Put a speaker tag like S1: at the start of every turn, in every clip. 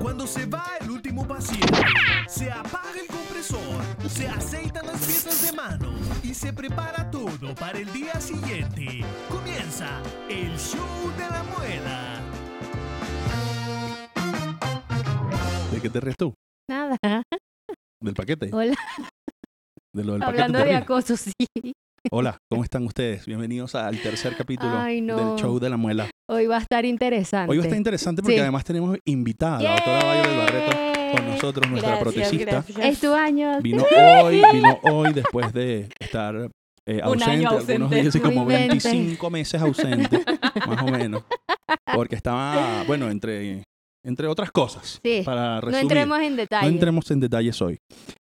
S1: Cuando se va el último paciente, se apaga el compresor, se aceitan las piezas de mano y se prepara todo para el día siguiente. Comienza el show de la muela.
S2: ¿De qué te ríes tú?
S3: Nada.
S2: ¿Del paquete?
S3: Hola.
S2: De lo del paquete
S3: Hablando
S2: te
S3: de
S2: ríes.
S3: acoso, sí.
S2: Hola, ¿cómo están ustedes? Bienvenidos al tercer capítulo
S3: Ay, no.
S2: del show de la muela.
S3: Hoy va a estar interesante.
S2: Hoy va a estar interesante porque
S3: Sí.
S2: además tenemos invitada, la doctora Bayo del Barreto, con nosotros, nuestra protecista.
S3: Es tu año.
S2: Vino hoy, vino hoy después de estar eh,
S4: Un
S2: ausente,
S4: año
S2: algunos
S4: ausente.
S2: días y
S3: No
S2: como
S3: inventes.
S2: 25 meses ausente, más o menos, porque estaba, bueno, entre, entre otras cosas,
S3: Sí.
S2: para
S3: No
S2: resumir.
S3: entremos en detalle.
S2: No entremos en detalles hoy.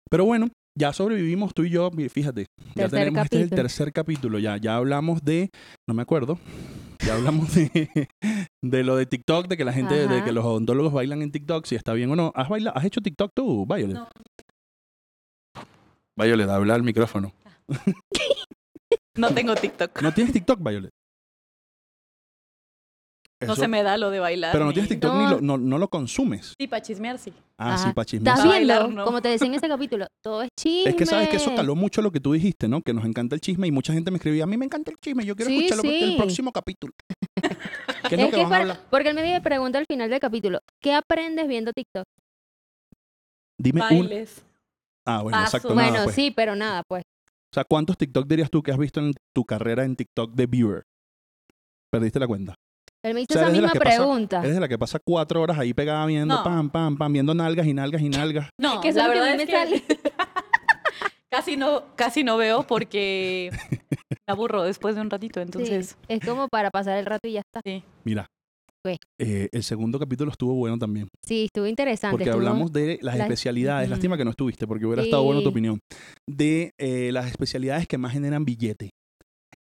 S2: Pero bueno, ya sobrevivimos tú y yo, mi- fíjate. ya
S3: Tercer
S2: tenemos este es el
S3: capítulo.
S2: tercer capítulo, ya, ya hablamos de, no me acuerdo, ya hablamos de, de lo de TikTok, de que la gente, de
S3: Ajá.
S2: que los odontólogos bailan en TikTok, si está bien o no. ¿Has bailado, has hecho TikTok tú, Violet?
S4: No.
S2: Violet, habla al micrófono.
S4: No tengo TikTok.
S2: ¿No tienes TikTok, Violet?
S4: No
S2: Eso-
S4: se me da lo de bailar.
S2: Pero no
S4: ni-
S2: tienes TikTok
S3: No.
S2: ni lo, no, no lo consumes.
S4: Sí, para chismear, sí.
S2: Ah,
S3: Ajá.
S2: sí, pa' chismear.
S3: ¿Estás
S4: Para
S3: viendo?
S4: bailar, ¿no?
S3: Como te decía en ese capítulo, todo es chisme.
S2: Es que sabes que eso caló mucho lo que tú dijiste, ¿no? Que nos encanta el chisme y mucha gente me escribía, a mí me encanta el chisme, yo quiero
S3: Sí,
S2: escucharlo en
S3: sí.
S2: el próximo capítulo. ¿Qué es,
S3: Es
S2: lo que,
S3: que
S2: van a
S3: para-
S2: hablar?
S3: Porque él me pregunta al final del capítulo, ¿qué aprendes viendo TikTok?
S2: Dime un...
S4: Bailes.
S2: Ah, bueno,
S4: paso.
S2: exacto.
S3: bueno,
S2: nada, pues.
S3: sí, pero nada, pues.
S2: O sea, ¿cuántos TikTok dirías tú que has visto en tu carrera en TikTok de viewer? Perdiste la cuenta.
S3: Él me
S2: O
S3: hizo
S2: sea,
S3: esa
S2: eres de las
S3: misma
S2: que pasa-
S3: pregunta.
S2: Eres de la que pasa cuatro horas ahí pegada viendo,
S4: No.
S2: pam, pam, pam, viendo nalgas y nalgas y nalgas.
S4: No,
S3: Que eso
S4: la
S3: es lo que
S4: verdad
S3: a mí
S4: es
S3: me sale.
S4: que casi no, casi no veo porque me aburro después de un
S3: Sí,
S4: ratito, entonces.
S3: es como para pasar el rato y ya está.
S2: Mira,
S3: Pues.
S2: eh, el segundo capítulo estuvo bueno también.
S3: Sí, estuvo interesante.
S2: Porque
S3: estuvo-
S2: hablamos de las
S3: las-
S2: especialidades.
S4: Ujú.
S2: Lástima que no estuviste, porque hubiera estado bueno tu
S3: Sí.
S2: opinión. De eh, las especialidades que más generan billete.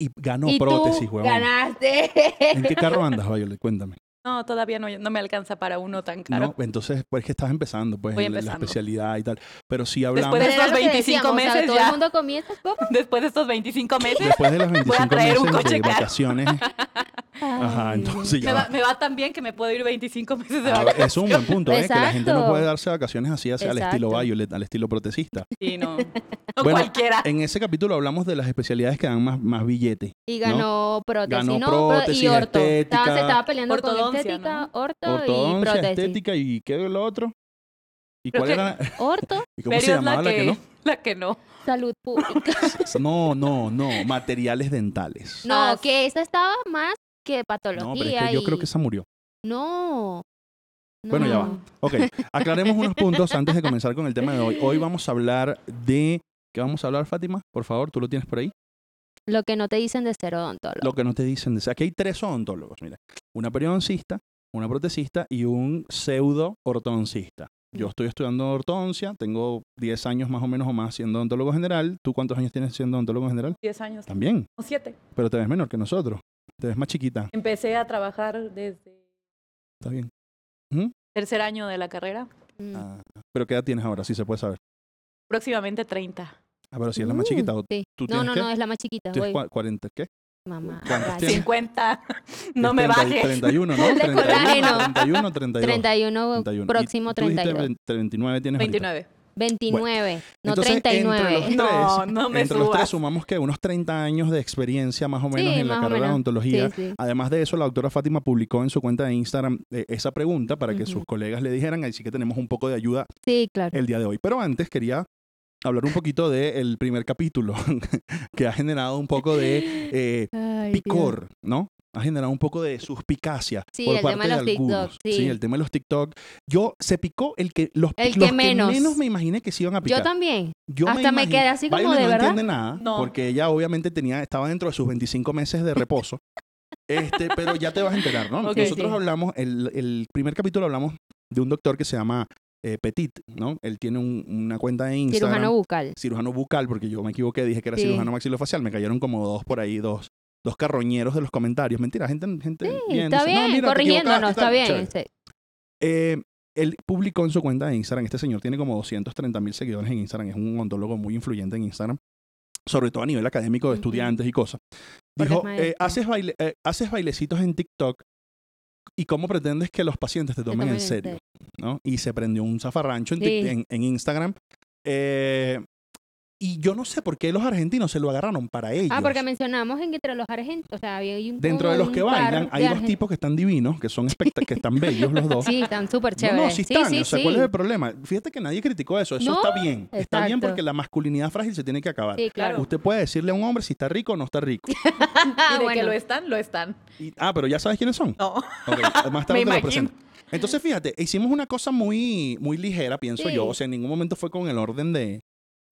S2: Y ganó
S3: y
S2: prótesis,
S3: tú
S2: huevón.
S3: ganaste.
S2: ¿En qué carro andas, Violet? Cuéntame.
S4: No, todavía no, no me alcanza para uno tan caro.
S2: No, entonces, pues es que estás empezando, pues,
S4: Voy
S2: en la- la
S4: empezando.
S2: especialidad y tal. Pero sí hablamos.
S4: Después
S3: Pero
S2: Después
S4: de
S2: de,
S3: era
S4: esos
S3: lo que
S4: 25
S3: decíamos, o sea,
S4: meses
S3: todo
S4: ya.
S3: el mundo comienza ¿cómo?
S4: Después de estos 25 meses,
S2: las 25
S4: traer un
S2: meses
S4: coche
S2: de
S4: caro.
S2: vacaciones. Ajá,
S3: Ay,
S2: entonces ya.
S4: me va,
S2: va.
S4: me va tan bien que me puedo ir 25 meses de
S2: Ah,
S4: vacaciones.
S2: es un buen punto, ¿eh? Que la gente no
S3: Exacto.
S2: puede darse vacaciones así, hacia al estilo
S3: Exacto.
S2: Violet, al estilo protecista.
S4: Sí, no. No
S2: Bueno, eh,
S4: cualquiera.
S2: En ese capítulo hablamos de las especialidades que dan más, más billete.
S3: Y ganó prótesis,
S2: Ganó
S3: ¿no? Pro-
S2: prótesis,
S3: y orto.
S2: estética,
S3: Estaba, se estaba peleando con
S4: ortodoncia,
S3: estética, orto y
S2: ortodoncia,
S3: prótesis.
S2: estética y qué es lo otro. ¿Y
S4: Creo
S2: cuál
S4: que-
S2: era? la-
S3: Orto,
S2: ¿Y cómo se
S4: Pero es
S2: llamaba la que, no?
S4: La que no.
S3: salud pública.
S2: No, no, no, materiales dentales.
S3: No,
S4: Ah,
S3: que esa estaba más que patología.
S2: No, pero es que yo creo que
S3: y-
S2: esa murió.
S3: No.
S2: Bueno, ya va.
S3: No.
S2: Ok, aclaremos unos puntos antes de comenzar con el tema de hoy. Hoy vamos a hablar de... ¿Qué vamos a hablar, Fátima? Por favor, tú lo tienes por ahí.
S3: Lo que no te dicen de ser odontólogo.
S2: Lo que no te dicen. de- Aquí hay tres odontólogos, mira. Una periodoncista, una protecista y un pseudo ortodoncista. Yo estoy estudiando ortodoncia, tengo 10 años más o menos o más siendo odontólogo general. ¿Tú cuántos años tienes siendo odontólogo general?
S4: 10 años.
S2: También,
S4: O 7.
S2: pero te ves menor que nosotros. Te ves más chiquita.
S4: Empecé a trabajar desde
S2: Está bien.
S4: tercer año de la carrera.
S3: Mm.
S2: Ah, pero ¿qué edad tienes ahora? Sí se puede saber.
S4: Próximamente 30.
S2: Ah, pero si es la más
S3: Mm,
S2: chiquita. ¿o
S3: sí.
S2: ¿Tú
S3: No,
S2: tienes
S3: no,
S2: qué?
S3: no, es la más chiquita.
S2: ¿Tienes
S3: Voy.
S2: cua- 40 qué?
S3: Mamá.
S2: ¿Cuántos
S3: gracias.
S2: tienes?
S4: 50. No
S2: Treinta
S4: me
S2: y-
S4: bajes.
S2: 31, ¿no?
S3: De
S2: 31,
S3: colágeno.
S2: 31, 32.
S3: 31,
S2: 31.
S3: próximo
S2: Y tú dijiste
S3: 32.
S2: 39 tienes ahorita.
S4: 29.
S3: 29, no
S2: Entonces, entre
S3: 39.
S2: los
S4: No,
S2: tres,
S4: no me
S2: Entre los tres
S4: subas.
S2: sumamos que unos 30 años de experiencia más o menos
S3: Sí,
S2: en la
S3: más o
S2: carrera de
S3: menos.
S2: odontología.
S3: Sí, sí.
S2: Además de eso, la doctora Fátima publicó en su cuenta de Instagram eh, esa pregunta para que
S3: Ujú.
S2: sus colegas le dijeran, así que tenemos un poco de ayuda
S3: Sí, claro.
S2: el día de hoy. Pero antes quería hablar un poquito del primer capítulo, que ha generado un poco de eh,
S3: Ay, Dios.
S2: picor, ¿no? Ha generado un poco de suspicacia
S3: Sí,
S2: por
S3: el
S2: parte
S3: tema de los
S2: algunos.
S3: TikTok, sí.
S2: el tema de los TikTok. Yo se picó el que los,
S3: El que
S2: los
S3: menos.
S2: me imaginé que se iban a picar.
S3: Yo también.
S2: Yo
S3: Hasta me
S2: imagino-
S3: quedé así como
S2: Violet
S3: de
S2: no
S3: verdad.
S2: entiende nada,
S4: No.
S2: porque ella obviamente tenía, estaba dentro de sus 25 meses de reposo. este, pero ya te vas a enterar, ¿no?
S4: Ok,
S2: Nosotros
S3: sí.
S2: hablamos, el, el primer capítulo hablamos de un doctor que se llama eh, Petit, ¿no? Él tiene un- una cuenta de Instagram.
S3: Cirujano bucal.
S2: cirujano bucal, porque yo me equivoqué, dije que era
S3: Sí.
S2: cirujano maxilofacial, me cayeron como dos por ahí, dos, dos carroñeros de los comentarios. Mentira, gente, gente
S3: Sí,
S2: viéndose,
S3: está
S2: "No,
S3: bien,
S2: mira, te equivocaste",
S3: corrigiéndonos, está
S2: tal,
S3: bien.
S2: chévere.
S3: sí.
S2: Eh, él publicó en su cuenta de Instagram, este señor tiene como 230 mil seguidores en Instagram, es un odontólogo muy influyente en Instagram, sobre todo a nivel académico de
S3: Ujú.
S2: estudiantes y cosas.
S3: Porque
S2: Dijo,
S3: es
S2: eh,
S3: maestro.
S2: haces, baile, eh, haces bailecitos en TikTok ¿Y cómo pretendes que los pacientes te tomen
S3: tomen
S2: en
S3: en
S2: serio? ¿no? Y se prendió un zafarrancho en,
S3: Sí.
S2: Tik- en- en Instagram. Eh, y yo no sé por qué los argentinos se lo agarraron para ellos.
S3: Ah, porque mencionamos en que entre los argentinos, o sea, había hay un
S2: Dentro
S3: como
S2: de los
S3: un
S2: que
S3: par
S2: bailan, hay
S3: de
S2: dos
S3: argen-
S2: tipos que están divinos, que son espectac- que están bellos los dos.
S3: Sí, están súper
S2: No,
S3: chéveres.
S2: no, sí están.
S3: sí,
S2: o sea,
S3: sí.
S2: ¿cuál es el problema? Fíjate que nadie criticó eso. Eso
S3: No,
S2: está bien. Está bien
S3: exacto.
S2: porque la masculinidad frágil se tiene que acabar.
S3: Sí, claro.
S2: Usted puede decirle a un hombre si está rico o no está rico.
S4: y
S3: Ah,
S4: de que
S3: bueno.
S4: lo están, lo están.
S2: Y- ah, pero ya sabes quiénes son.
S4: No.
S2: Ok, más tarde
S4: Me
S2: te lo
S4: imagino.
S2: presento. Entonces, fíjate, hicimos una cosa muy, muy ligera, pienso
S3: Sí.
S2: yo. O sea, en ningún momento fue con el orden de,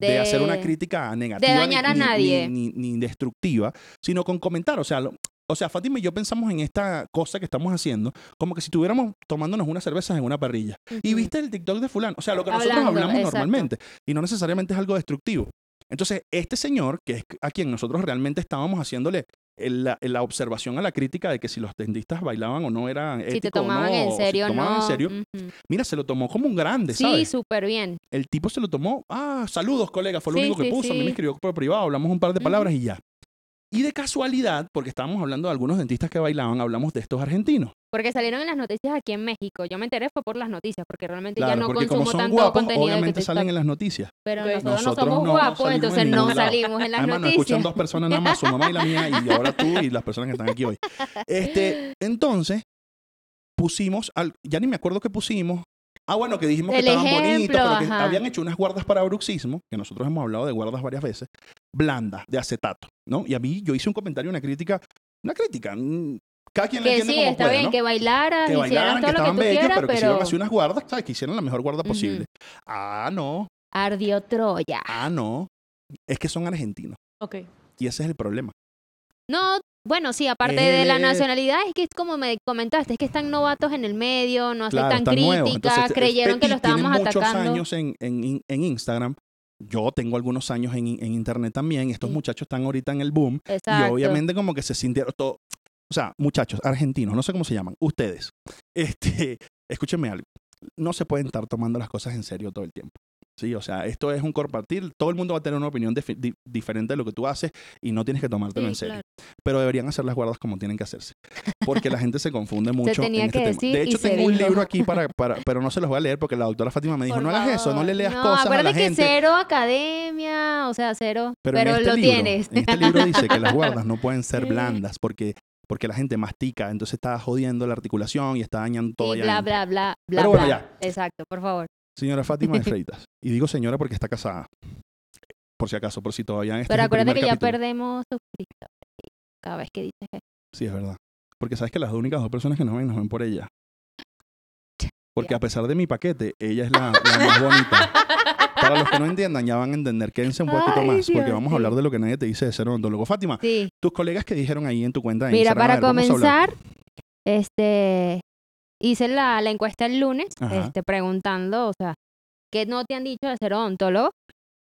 S2: de
S3: De-
S2: hacer una crítica negativa.
S3: de dañar a
S2: ni- ni-
S3: nadie.
S2: Ni, ni destructiva, sino con comentar. O sea, lo- o sea, Fátima y yo pensamos en esta cosa que estamos haciendo, como que si estuviéramos tomándonos unas cervezas en una parrilla. Y
S3: Ujú.
S2: viste el TikTok de fulano. O sea, lo que nosotros
S3: Hablando,
S2: hablamos
S3: exacto.
S2: normalmente. Y no necesariamente es algo destructivo. Entonces, este señor, que es a quien nosotros realmente estábamos haciéndole el- la, la observación a la crítica de que si los tendistas bailaban o no era ético
S3: Si te
S2: o no,
S3: tomaban
S2: o
S3: en
S2: si te
S3: serio,
S2: tomaban
S3: no.
S2: en serio.
S3: Ujú.
S2: Mira, se lo tomó como un grande,
S3: Sí,
S2: ¿sabes?
S3: súper bien.
S2: El tipo se lo tomó, ah, saludos, colega, fue lo
S3: Sí,
S2: único que
S3: sí,
S2: puso, a mí
S3: sí.
S2: me escribió por privado, hablamos un par de
S3: Ujú.
S2: palabras y ya. Y de casualidad, porque estábamos hablando de algunos dentistas que bailaban, hablamos de estos argentinos.
S3: Porque salieron en las noticias aquí en México. Yo me enteré fue por las noticias, porque realmente ya
S2: Claro,
S3: no
S2: porque como
S3: consumo
S2: son
S3: tanto
S2: guapos,
S3: contenido de
S2: obviamente
S3: TikTok,
S2: salen en las noticias.
S3: Pero
S4: Pues
S3: nosotros,
S2: nosotros
S3: no somos
S2: no
S3: guapos,
S2: salimos en
S3: entonces
S2: ningún
S3: no
S2: lado.
S3: salimos en las
S2: Además, nos
S3: noticias.
S2: escuchan dos personas nada más, su mamá y la mía, y ahora tú y las personas que están aquí hoy. Este, entonces, pusimos, al- ya ni me acuerdo qué pusimos. Ah, bueno, que dijimos que
S3: El
S2: estaban
S3: ejemplo,
S2: bonitos, pero que
S3: ajá.
S2: habían hecho unas guardas para bruxismo, que nosotros hemos hablado de guardas varias veces, blandas, de acetato, ¿no? Y a mí yo hice un comentario, una crítica, una crítica, mm, cada quien la
S3: que
S2: entiende
S3: sí,
S2: como
S3: está
S2: puede,
S3: bien,
S2: ¿no?
S3: que bailaras,
S2: que
S3: hicieras
S2: bailaran, que
S3: todo lo que
S2: estaban
S3: tú
S2: bellos,
S3: quieras,
S2: pero que hicieron
S3: pero
S2: así unas guardas, ¿sabes? Que hicieron la mejor guarda
S3: Ujú.
S2: posible. Ah, no,
S3: ardió Troya.
S2: ah, no. Es que son argentinos.
S4: Ok.
S2: Y ese es el problema.
S3: No, bueno, sí, aparte de la
S2: Eh.
S3: nacionalidad, es que es como me comentaste, es que están novatos en el medio, no
S2: Claro,
S3: aceptan
S2: está nuevo.
S3: críticas,
S2: Entonces, este
S3: creyeron que
S2: Petit
S3: lo estábamos
S2: tiene muchos
S3: atacando.
S2: años en, en- en Instagram. Yo tengo algunos años en, en internet también. Estos
S3: Sí.
S2: muchachos están ahorita en el boom. Y
S3: Exacto.
S2: obviamente como que se sintieron todo... O sea, muchachos, argentinos, no sé cómo se llaman, ustedes. Este, escúchenme algo. No se pueden estar tomando las cosas en serio todo el tiempo. Sí, o sea, esto es un compartir. Todo el mundo va a tener una opinión defi- di- diferente de lo que tú haces y no tienes que tomártelo
S3: Sí,
S2: en serio.
S3: claro.
S2: pero deberían hacer las guardas como tienen que hacerse. Porque la gente se confunde mucho.
S3: tenía
S2: en este
S3: que
S2: tema.
S3: decir
S2: de
S3: y
S2: hecho,
S3: se
S2: tengo un
S3: dijo.
S2: libro aquí, para, para, pero no se los voy a leer porque la doctora Fátima me dijo,
S4: Por
S2: no hagas eso, no le leas
S3: No,
S2: cosas a
S3: acuérdate
S2: la gente.
S3: que cero academia, o sea, cero, pero,
S2: en este
S3: lo
S2: libro-
S3: tienes.
S2: En este libro dice que las guardas no pueden ser blandas porque, porque la gente mastica, entonces está jodiendo la articulación y está dañando todo.
S3: Y
S2: allá
S3: bla,
S2: adentro.
S3: bla, bla, bla,
S2: Pero bueno, Este
S3: bla. Exacto, por favor.
S2: Señora Fátima de Freitas. Y digo señora porque está casada. Por si acaso, por si todavía este
S3: Pero
S2: es el primer
S3: acuérdate que ya
S2: capítulo.
S3: perdemos suscriptores cada vez que dices eso.
S2: Sí, es verdad. Porque sabes que las únicas dos personas que nos ven, nos ven por ella. Porque
S3: Ya.
S2: a pesar de mi paquete, ella es la, la más bonita. Para los que no entiendan, ya van a entender. Quédense un poquito
S3: Ay,
S2: más, porque
S3: Dios,
S2: vamos a
S3: sí.
S2: hablar de lo que nadie te dice de ser odontólogo. Fátima,
S3: Sí.
S2: tus colegas que dijeron ahí en tu cuenta de
S3: Mira,
S2: Instagram, a
S3: para
S2: ver, vamos a hablar.
S3: comenzar, este, hice la, la encuesta el lunes,
S2: Ajá.
S3: este, preguntando, o sea, ¿qué no te han dicho de ser odontólogo?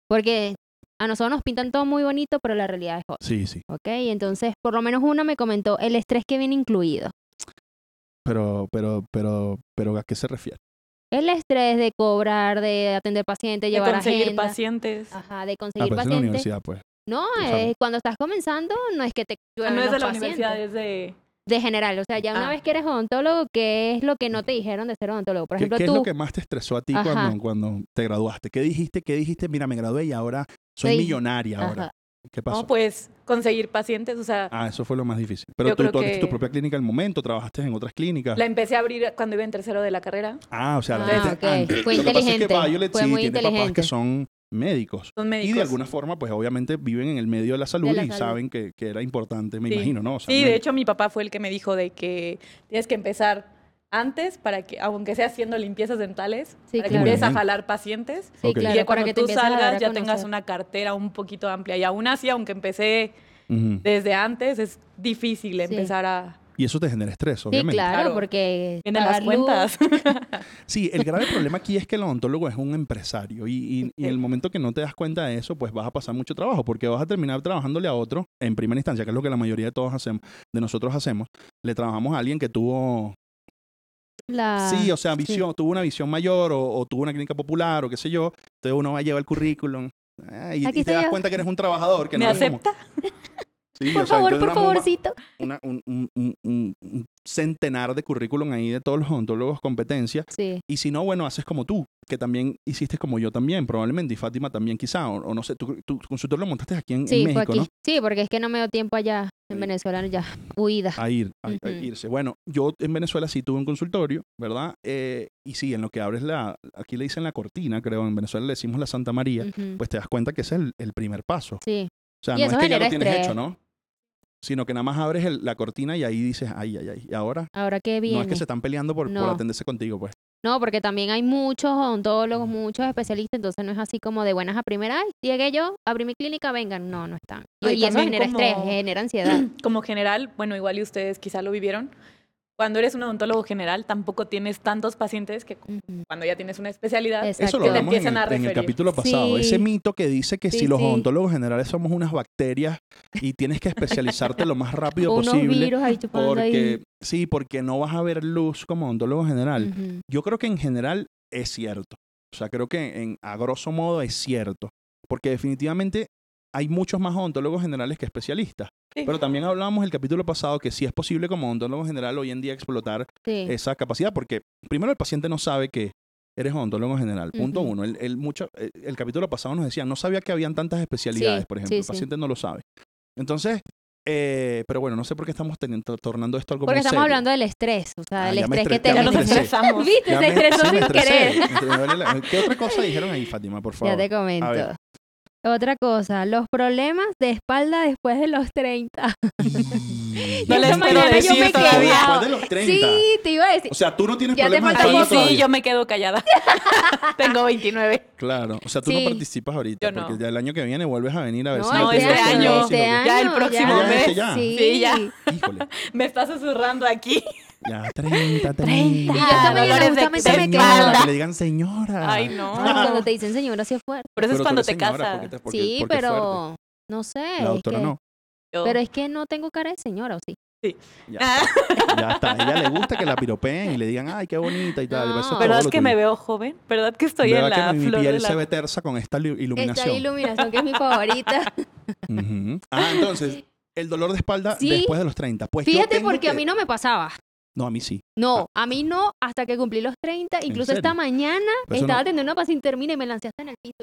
S3: Porque a nosotros nos pintan todo muy bonito, pero la realidad es otra,
S2: Sí, sí.
S3: ¿ok? Y entonces, por lo menos una me comentó el estrés que viene incluido.
S2: Pero, pero, pero, pero, ¿a qué se refiere?
S3: El estrés de cobrar, de atender pacientes,
S4: De
S3: llevar
S4: conseguir
S3: agenda,
S4: pacientes.
S3: ajá, de
S2: Ah, pero
S3: conseguir
S2: es en la
S3: pacientes.
S2: universidad, pues.
S3: No,
S2: sabes.
S3: eh, cuando estás comenzando, no es que te
S4: Ah,
S3: lluevan
S4: no es de
S3: los
S4: la
S3: pacientes.
S4: universidad, es de...
S3: de general, o sea, ya una
S4: Ah.
S3: vez que eres odontólogo, ¿qué es lo que no te dijeron de ser odontólogo? Por
S2: ¿Qué,
S3: ejemplo,
S2: qué es
S3: tú
S2: lo que más te estresó a ti
S3: Ajá.
S2: cuando, cuando te graduaste? ¿Qué dijiste? ¿Qué dijiste? Mira, me gradué y ahora soy
S3: Sí.
S2: millonaria ahora.
S3: Ajá.
S2: ¿Qué pasó?
S4: No, pues conseguir pacientes, o sea,
S2: Ah, eso fue lo más difícil. Pero
S4: Yo
S2: tú,
S4: creo
S2: tú abriste tu
S4: que-
S2: propia clínica al momento, trabajaste en otras clínicas.
S4: la empecé a abrir cuando iba en tercero de la carrera.
S2: Ah, o sea, la
S3: Ah,
S2: gente
S3: ok.
S2: antes.
S3: Fue
S2: Lo que pasa es que
S3: inteligente.
S2: Violet
S3: Fue
S2: sí
S3: muy
S2: tiene papás que
S3: inteligente.
S2: son médicos.
S4: Son médicos.
S2: Y de alguna forma, pues obviamente viven en el medio de la salud
S3: De la
S2: y
S3: salud.
S2: saben que, que era importante, me
S4: Sí.
S2: imagino, ¿no? O sea,
S4: Sí,
S2: me-
S4: de hecho mi papá fue el que me dijo de que tienes que empezar antes para que, aunque sea haciendo limpiezas dentales,
S3: Sí,
S4: para que
S3: claro.
S4: empieces a
S2: Muy bien.
S4: jalar pacientes.
S3: Sí,
S2: Ok.
S4: y
S3: claro,
S4: que
S3: para
S4: cuando
S3: que te
S4: tú
S3: empieces a dar
S4: salgas
S3: a
S4: ya tengas
S3: conocer.
S4: una cartera un poquito amplia. Y aún así, aunque empecé
S2: Ujú.
S4: desde antes, es difícil empezar a...
S2: Y eso te genera estrés,
S3: Sí,
S2: obviamente.
S3: claro,
S4: Claro.
S3: porque
S4: Vienen las
S3: pagar luz,
S4: cuentas.
S2: Sí, el grave problema aquí es que el odontólogo es un empresario y, y- y en el
S4: Sí.
S2: momento que no te das cuenta de eso, pues vas a pasar mucho trabajo porque vas a terminar trabajándole a otro en primera instancia, que es lo que la mayoría de todos hacemos, de nosotros hacemos. Le trabajamos a alguien que tuvo,
S3: la-
S2: sí, o sea, visión, tuvo una visión mayor o, o tuvo una clínica popular o qué sé yo. Entonces uno va a llevar el currículum ah, y,
S3: Aquí
S2: y te
S3: estoy
S2: das
S3: yo.
S2: cuenta que eres un trabajador que
S4: ¿Me
S2: no eres como-
S4: acepta?
S2: Sí,
S3: Por
S2: o sea,
S3: favor,
S2: entonces
S3: por
S2: una bomba-
S3: favorcito.
S2: una- un, un- un- un- un centenar de currículum ahí de todos los odontólogos competencia.
S3: Sí.
S2: Y si no, bueno, haces como tú, que también hiciste como yo también, probablemente, y Fátima también quizá, o, o no sé, tu, tu consultor lo montaste aquí en, en
S3: Sí, fue
S2: México,
S3: aquí.
S2: ¿no?
S3: Sí, porque es que no me dio tiempo allá en
S2: Sí. Ah,
S3: Venezuela, ya. Huida.
S2: A ir, a, a
S3: Ujú.
S2: irse. Bueno, yo en Venezuela sí tuve un consultorio, ¿verdad? Eh, y sí, en lo que abres la, aquí le dicen la cortina, creo, en Venezuela le decimos la Santa María,
S3: Ujú.
S2: pues te das cuenta que ese es el, el primer paso.
S3: Sí.
S2: O sea,
S3: Y
S2: no es
S3: eso
S2: que ya lo
S3: genera
S2: tienes
S3: estrés.
S2: hecho, ¿no? Sino que nada más abres el- la cortina y ahí dices, ay, ay, ay, y ahora
S3: Ahora que viene.
S2: no es que se están peleando por, por
S3: No.
S2: atenderse contigo, pues.
S3: No, porque también hay muchos odontólogos, muchos especialistas, entonces no es así como de buenas a primeras, ay, llegué yo, abrí mi clínica, vengan. No, no están.
S4: No, y
S3: y eso
S4: también
S3: genera estrés,
S4: como-
S3: genera ansiedad.
S4: como general, bueno, igual y ustedes quizá lo vivieron, cuando eres un odontólogo general tampoco tienes tantos pacientes que
S3: Ujú.
S4: cuando ya tienes una especialidad,
S3: Es-
S2: Eso
S3: Exacto.
S2: lo
S3: Que te
S2: hablamos en
S4: empiezan
S2: el,
S4: a
S2: en el
S4: referir.
S2: capítulo pasado.
S3: Sí.
S2: Ese mito que dice que si
S3: Sí,
S2: los
S3: sí.
S2: odontólogos generales somos unas bacterias y tienes que especializarte lo más rápido
S3: O Unos
S2: posible.
S3: virus ahí chupando
S2: Porque,
S3: ahí.
S2: sí, porque no vas a ver luz como odontólogo general.
S3: Ujú.
S2: Yo creo que en general es cierto. O sea, creo que en, a grosso modo es cierto. Porque definitivamente hay muchos más odontólogos generales que especialistas.
S4: Sí.
S2: Pero también hablábamos el capítulo pasado que sí es posible como odontólogo general hoy en día explotar
S3: Sí.
S2: esa capacidad, porque primero el paciente no sabe que eres odontólogo general, punto
S3: Ujú.
S2: uno. El, el mucho, el, el capítulo pasado nos decía, no sabía que habían tantas especialidades,
S3: Sí,
S2: por
S3: sí,
S2: ejemplo, el
S3: sí.
S2: paciente no lo sabe. Entonces, eh, pero bueno, no sé por qué estamos teniendo- tornando esto algo
S3: Porque
S2: muy
S3: estamos
S2: serio.
S3: hablando del estrés, o sea,
S2: Ah,
S3: del
S2: ya me
S3: estrés que
S2: estresé,
S3: te
S4: ya nos
S2: Sí.
S4: estresamos.
S3: ¿Viste?
S2: Ya
S3: Se
S2: me-
S3: estresó
S2: sí, me
S3: sin
S2: estresé.
S3: querer.
S2: Me duele la- ¿Qué otra cosa dijeron ahí, Fátima, por favor?
S3: Ya te comento.
S2: ver.
S3: Otra cosa, los problemas de espalda después de los 30.
S4: Mm. No les
S3: Esta
S4: puedo
S3: mañana yo
S4: decir
S3: me
S2: Pero
S4: todavía.
S3: quedaba.
S2: Después de los 30.
S3: Sí, te iba a decir.
S2: O sea, tú no tienes
S3: Ya te
S2: problemas de
S3: falta
S4: Ahí
S2: espalda
S3: poco.
S4: sí,
S2: todavía.
S4: yo me quedo callada. Tengo 29.
S2: Claro, o sea, tú
S3: Sí.
S2: no participas ahorita,
S4: Yo no.
S2: porque ya el año que viene vuelves a venir a ver
S3: No,
S2: si lo
S4: este
S2: tienes
S4: año,
S2: todavía, si
S3: este
S2: lo-
S3: año.
S4: Ya el próximo
S2: Ah, ya,
S4: mes.
S2: este ya.
S3: Sí,
S4: Sí, ya.
S2: Híjole,
S4: Me está susurrando aquí.
S2: ya 30, 30.
S3: Y yo esta mañana
S4: dolores de
S3: justamente me quedé.
S4: espalda.
S2: Señora, que le digan señora.
S4: Ay, no.
S3: Ay, cuando te dicen señora, sí es fuerte.
S4: Pero eso
S2: Pero
S4: es
S2: tú
S4: cuando
S2: eres
S4: te
S2: señora,
S4: casas.
S2: porque te- porque-
S3: Sí,
S2: porque es fuerte.
S3: pero no sé.
S2: La
S3: es
S2: doctora
S3: que-
S2: no.
S4: Yo-
S3: Pero es que no tengo cara de señora, ¿o sí?
S2: Ya,
S4: Ah,
S2: ya está. A ella le gusta que la piropeen y le digan, ay, qué bonita y tal.
S3: No.
S2: Eso todo
S4: ¿Verdad
S2: lo
S4: que me
S2: tuyo.
S4: veo joven? ¿Verdad que estoy en
S2: ¿Verdad
S4: la
S2: que mi- mi
S4: flor de
S2: piel
S4: la...
S2: se ve tersa con esta li-
S3: Esta
S2: iluminación?
S3: iluminación que es mi favorita.
S2: Ujú. Ah, entonces, el dolor de espalda
S3: Sí.
S2: después de los 30. Pues yo
S3: Fíjate
S2: tengo
S3: porque a
S2: que-
S3: mí no me pasaba.
S2: No, a mí sí.
S3: No, a mí no, hasta que cumplí los 30. Incluso esta
S2: serio?
S3: mañana
S2: Pero, eso no-
S3: estaba atendiendo una paciente termina y me lancé hasta en el piso.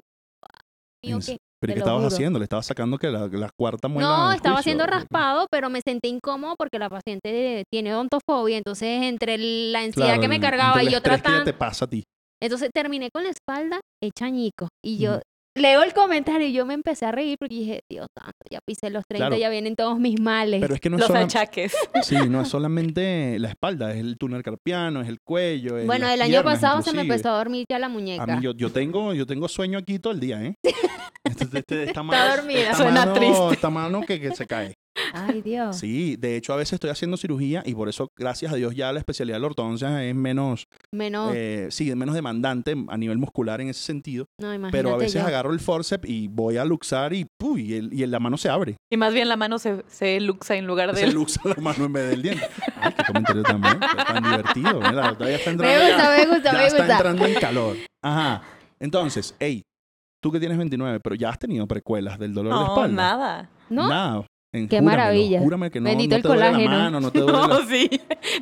S3: Mío,
S2: En
S3: ¿qué?
S2: ¿pero
S3: te
S2: qué
S3: lo
S2: estabas
S3: juro.
S2: haciendo? ¿Le estabas sacando que la, la cuarta muela?
S3: No,
S2: al
S3: estaba
S2: juicio?
S3: haciendo raspado, pero me sentí incómodo porque la paciente tiene odontofobia. Entonces, entre la ansiedad
S2: Claro,
S3: que me
S2: el-
S3: cargaba
S2: entre
S3: y
S2: el
S3: yo
S2: estrés que ya
S3: tratando.
S2: te pasa a ti?
S3: Entonces terminé con la espalda hecha añico. Y yo
S2: Ujú.
S3: leo el comentario y yo me empecé a reír porque dije, Dios santo, ya pisé los 30,
S2: Claro.
S3: ya vienen todos mis males.
S2: Pero es que no es
S4: Los
S2: solam-
S4: achaques.
S2: Sí, no es solamente la espalda, es el túnel carpiano, es el cuello. es
S3: bueno,
S2: las
S3: el año
S2: piernas,
S3: pasado se me
S2: inclusive.
S3: empezó a dormir ya la muñeca.
S2: A mí yo, yo tengo yo tengo sueño aquí todo el día, ¿eh? Este- este- esta
S3: dormida.
S2: esta
S4: Suena
S2: mano-
S4: triste.
S2: Esta mano que, que se cae.
S3: Ay, Dios.
S2: Sí, de hecho a veces estoy haciendo cirugía y por eso, gracias a Dios, ya la especialidad de la ortodoncia es menos,
S3: Menos,
S2: eh, sí, menos demandante a nivel muscular en ese sentido.
S3: no, imagínate
S2: Pero a veces
S3: yo.
S2: agarro el forceps y voy a luxar y, ¡puy! y, el- y la mano se abre.
S4: Y más bien la mano se, se luxa en lugar
S2: Se
S4: de...
S2: luxa la mano en vez del diente. Ay, qué comentario tan, bueno, pues, tan divertido. Mira, la doctora ya está entrando
S3: Me
S2: ya.
S3: gusta, me gusta,
S2: ya
S3: me
S2: está
S3: gusta.
S2: entrando en calor. Ajá. Entonces, hey, tú que tienes 29, pero ya has tenido precuelas del dolor de
S4: No,
S2: espalda.
S4: nada.
S3: ¿No?
S2: Nada. En-
S3: Qué
S2: júramelo,
S3: maravilla.
S2: Júrame que no,
S3: Bendito
S2: no
S3: el
S2: te duele
S3: colágeno.
S2: la mano, no te duele
S4: No,
S2: la...
S4: sí.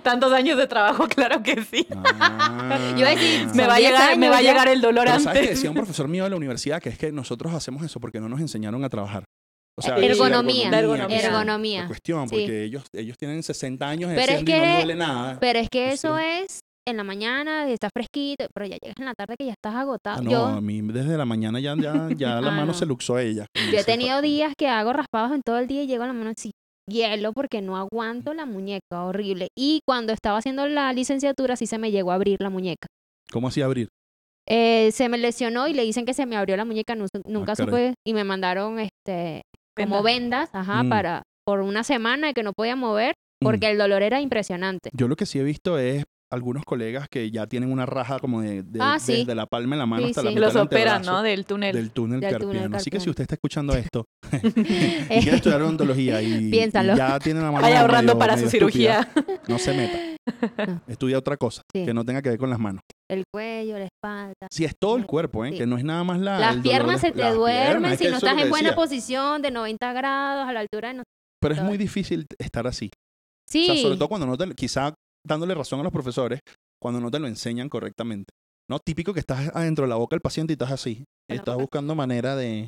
S4: Tantos años de trabajo, claro que sí.
S2: Ah.
S3: Yo iba a decir,
S4: Me
S3: Son
S4: va a
S3: 10
S4: llegar, me
S3: años
S4: va a
S3: ya.
S4: llegar el dolor
S2: Pero sabes que
S4: antes.
S2: decía un profesor mío de la universidad que es que nosotros hacemos eso porque no nos enseñaron a trabajar. O sea,
S4: Eh,
S2: sí, la
S3: ergonomía,
S4: ergonomía.
S2: que sí,
S3: ergonomía,
S2: La cuestión,
S3: sí.
S2: porque ellos, ellos tienen 60 años
S3: Pero es
S2: ejerciendo y
S3: que-
S2: no duele nada.
S3: Pero es que
S2: Pues Sí.
S3: eso es en la mañana, está fresquito, pero ya llegas en la tarde que ya estás agotado.
S2: Ah, no,
S3: yo,
S2: a mí desde la mañana ya, ya, ya la
S3: Ah,
S2: mano
S3: no.
S2: se luxó ella.
S3: Yo he tenido días que hago raspados en todo el día y llego a la mano así, hielo, porque no aguanto la muñeca, horrible. Y cuando estaba haciendo la licenciatura, sí se me llegó a abrir la muñeca.
S2: ¿Cómo así abrir?
S3: Eh, se me lesionó y le dicen que se me abrió la muñeca, nu- nunca
S2: Ah, caray.
S3: supe, y me mandaron este como
S4: Venda.
S3: vendas, ajá,
S2: Mm.
S3: para por una semana que no podía mover,
S2: Mm.
S3: porque el dolor era impresionante.
S2: Yo lo que sí he visto es algunos colegas que ya tienen una raja como de, de-
S3: Ah, sí.
S2: desde la palma de la mano
S3: Sí,
S2: hasta
S3: sí.
S2: la mitad
S4: Los
S2: del
S4: operan,
S2: antebrazo
S4: ¿no? Del túnel.
S2: Del túnel
S3: Del túnel
S2: carpiano. Así que si
S3: carpiano.
S2: usted está escuchando esto y
S3: Eh,
S2: quiere estudiar odontología y, y
S3: Piénsalo.
S2: ya tiene la mano
S4: Vaya ahorrando
S2: medio-
S4: para
S2: medio
S4: su
S2: estúpida,
S4: cirugía.
S2: no se meta.
S3: No.
S2: Estudia otra cosa
S3: Sí.
S2: que no tenga que ver con las manos.
S3: el cuello, la espalda.
S2: Si es todo el cuerpo, ¿eh?
S3: Sí.
S2: que no es nada más la.
S3: Las
S2: el dolor
S3: piernas
S2: de-
S3: se te
S2: las piernas,
S3: duermen
S2: es
S3: si
S2: que
S3: no
S2: eso es
S3: estás
S2: lo
S3: en
S2: que
S3: buena
S2: decía.
S3: posición, de 90 grados, a la altura de no
S2: Pero es
S3: Todo.
S2: muy difícil estar así.
S3: Sí.
S2: O sea, sobre todo cuando no te lo- quizá dándole razón a los profesores, cuando no te lo enseñan correctamente. No, típico que estás adentro de la boca del paciente y estás así.
S3: la
S2: Estás
S3: boca.
S2: buscando manera de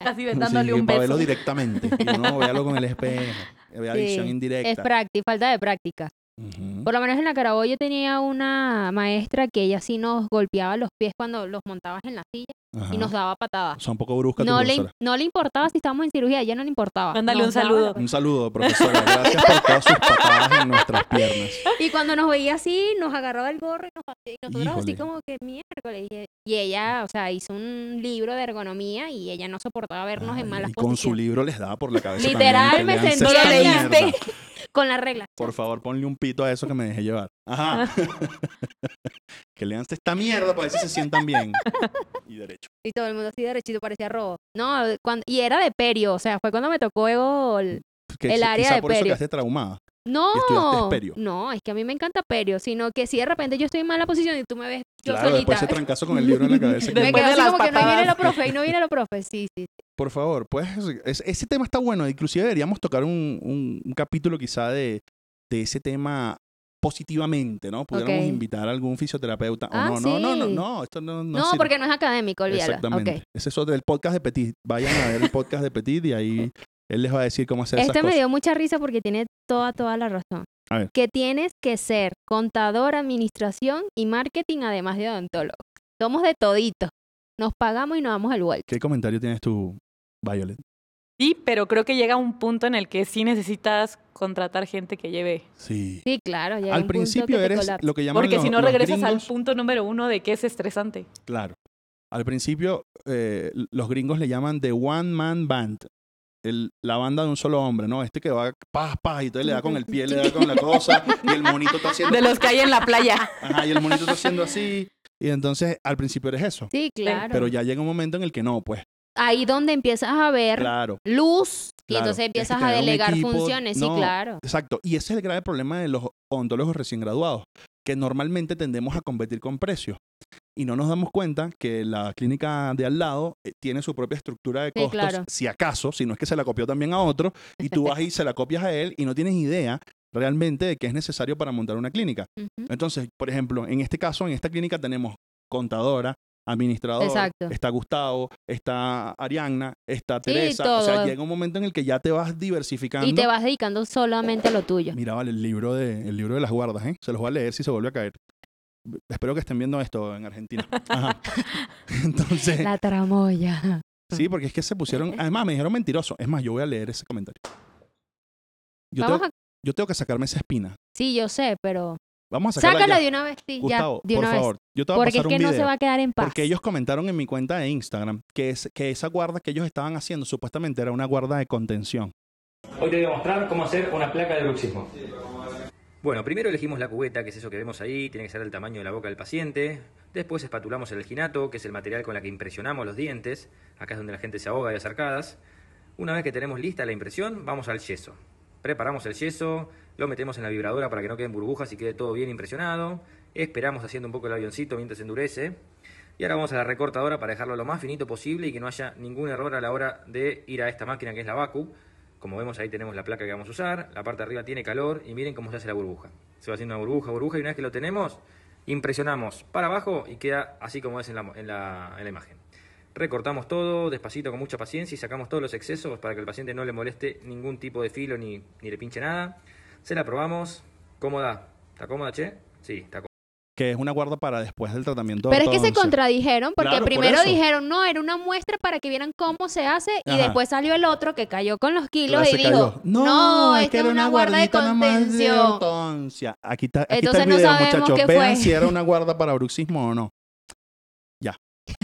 S4: Casi
S2: sí,
S4: dándole un
S2: para
S4: beso.
S2: verlo directamente. Y uno véalo con el espejo. Vea
S3: Sí,
S2: visión
S3: es
S2: indirecta.
S3: práctica, falta de práctica.
S2: Ujú.
S3: Por lo menos en la Carabobo yo tenía una maestra que ella sí nos golpeaba los pies cuando los montabas en la silla
S2: Ajá.
S3: y nos daba patadas.
S2: O sea, un poco brusca tu
S3: No le,
S2: profesora.
S3: no le importaba si estábamos en cirugía, a ella no le importaba.
S4: Mándale
S3: Nos
S4: un
S3: daba
S4: saludo.
S3: la
S2: Un saludo, profesora. Gracias por todas sus patadas en nuestras piernas.
S3: Y cuando nos veía así, nos agarraba el gorro y, nos, hacía- y nosotros así
S2: Híjole.
S3: como que miércoles. Y, y ella, o sea, hizo un libro de ergonomía y ella no soportaba vernos
S2: Ay,
S3: en malas
S2: y con su
S3: posiciones.
S2: libro les daba por la cabeza.
S3: Literal,
S2: también, que
S3: me
S2: lean
S3: sentí-
S2: cesta
S3: ¿No lo
S2: mierda.
S3: leíste? Con la regla.
S2: Por favor, ponle un pito a eso que me dejé llevar. Ajá.
S3: Ah.
S2: que lean esta mierda para ver si se sientan bien. Y derecho.
S3: Y todo el mundo así derechito parecía robo. No, cuando, y era de perio, o sea, fue cuando me tocó ego. el-
S2: Que
S3: El
S2: qui-
S3: área
S2: quizá
S3: de
S2: por eso
S3: perio.
S2: quedaste traumada.
S3: No,
S2: estudiaste perio.
S3: no, es que a mí me encanta perio, sino que si de repente yo estoy en mala posición y tú me ves yo
S2: claro,
S3: solita.
S2: después ese trancazo con el libro en la cabeza.
S3: me
S4: Después
S3: quedo
S4: de
S3: así
S4: las
S3: como que no viene
S4: patadas.
S3: la profe, y no viene la profe. Sí, sí.
S2: Por favor, pues es- ese tema está bueno. Inclusive deberíamos tocar un, un- un capítulo quizá de, de ese tema positivamente, ¿no? Pudiéramos
S3: Ok.
S2: invitar a algún fisioterapeuta. o
S3: Ah,
S2: no, no, no, no,
S3: sí.
S2: no, esto no, no
S3: No,
S2: sirve.
S3: porque no es académico, olvídalo.
S2: Exactamente.
S3: Ok.
S2: Ese es otro, el podcast de Petit. Vayan a ver el podcast de Petit y ahí él les va a decir cómo hacer
S3: Este
S2: esas
S3: me
S2: cosas.
S3: dio mucha risa porque tiene toda, toda la razón.
S2: A ver.
S3: Que tienes que ser contador, administración y marketing, además de odontólogo. Somos de todito. Nos pagamos y nos damos el vuelto.
S2: ¿Qué comentario tienes tú, Violet?
S4: Sí, pero creo que llega un punto en el que sí necesitas contratar gente que lleve.
S2: Sí.
S3: Sí, claro. llega
S2: Al
S3: un punto
S2: principio
S3: que te
S2: eres
S3: colapsa.
S2: lo que llaman
S4: Porque
S2: los-
S4: si no
S2: los
S4: regresas al
S2: gringos-
S4: punto número uno de que es estresante.
S2: Claro. Al principio, eh, l- los gringos le llaman The One Man Band. El- la banda de un solo hombre, ¿no? Este que va paz, paz, y entonces le da con el pie, le da con la cosa, y el monito está haciendo.
S4: De los que hay en la playa.
S2: Ajá, y el monito está haciendo así. Y entonces, al principio eres eso.
S3: Sí, claro.
S2: Pero ya llega un momento en el que no, pues.
S3: Ahí donde empiezas a ver
S2: Claro.
S3: luz y
S2: Claro, tienes
S3: entonces
S2: que
S3: empiezas a
S2: tener un
S3: delegar
S2: equipo,
S3: funciones.
S2: no,
S3: Sí, claro.
S2: Exacto. Y ese es el grave problema de los odontólogos recién graduados, que normalmente tendemos a competir con precios. Y no nos damos cuenta que la clínica de al lado eh, tiene su propia estructura de
S3: Sí,
S2: costos,
S3: claro.
S2: si acaso, si no es que se la copió también a otro, y tú vas y se la copias a él y no tienes idea realmente de qué es necesario para montar una clínica.
S3: Ujú.
S2: Entonces, por ejemplo, en este caso, en esta clínica tenemos contadora, administrador,
S3: Exacto.
S2: está Gustavo, está Arianna, está
S3: Sí,
S2: Teresa. O
S3: todo.
S2: sea, llega un momento en el que ya te vas diversificando.
S3: Y te vas dedicando solamente a lo tuyo.
S2: Mira, vale, el libro de, el libro de las guardas, ¿eh? Se los voy a leer si se vuelve a caer. B- Espero que estén viendo esto en Argentina. Ajá. Entonces,
S3: La tramoya.
S2: sí, porque es que se pusieron. Además, me dijeron mentiroso. Es más, yo voy a leer ese comentario. Yo,
S3: Vamos
S2: tengo,
S3: a...
S2: yo tengo que sacarme esa espina.
S3: Sí, yo sé, pero...
S2: Vamos a sacarla.
S3: Sácala
S2: ya.
S3: de una vez, sí,
S2: Gustavo,
S3: ya, de
S2: por
S3: una vez.
S2: favor. Yo te voy a
S3: Porque
S2: pasar
S3: es que
S2: un
S3: no
S2: video.
S3: se va a quedar en paz.
S2: Porque ellos comentaron en mi cuenta de Instagram que, es, que esa guarda que ellos estaban haciendo supuestamente era una guarda de contención.
S5: Hoy te voy a mostrar cómo hacer una placa de bruxismo.
S6: Bueno, primero elegimos la cubeta, que es eso que vemos ahí, tiene que ser del tamaño de la boca del paciente. Después espatulamos el ginato, que es el material con la que impresionamos los dientes. Acá es donde la gente se ahoga de las arcadas. Una vez que tenemos lista la impresión, vamos al yeso. Preparamos el yeso, lo metemos en la vibradora para que no queden burbujas y quede todo bien impresionado. Esperamos haciendo un poco el avioncito mientras se endurece. Y ahora vamos a la recortadora para dejarlo lo más finito posible y que no haya ningún error a la hora de ir a esta máquina que es la Vacu. Como vemos ahí tenemos la placa que vamos a usar, la parte de arriba tiene calor y miren cómo se hace la burbuja. Se va haciendo una burbuja, burbuja y una vez que lo tenemos, impresionamos para abajo y queda así como es en la, mo- en la- en la imagen. Recortamos todo despacito con mucha paciencia y sacamos todos los excesos para que al paciente no le moleste ningún tipo de filo ni, ni le pinche nada. Se la probamos. ¿Cómoda? ¿Está cómoda, che? Sí, está cómoda.
S2: Que es una guarda para después del tratamiento. de
S3: Pero es que se
S2: ortodoncia.
S3: contradijeron porque
S2: Claro, por
S3: primero
S2: eso.
S3: dijeron, no, era una muestra para que vieran cómo se hace y
S2: Ajá.
S3: después salió el otro que cayó con los kilos
S2: Claro,
S3: y
S2: se cayó.
S3: dijo, no, esta es una guarda de
S2: guardita nada más de
S3: contención.
S2: ortodoncia. Aquí está, aquí está
S3: Entonces
S2: el
S3: no
S2: video,
S3: sabemos
S2: muchachos.
S3: qué
S2: Vean
S3: fue.
S2: si era una guarda para bruxismo o no. Ya.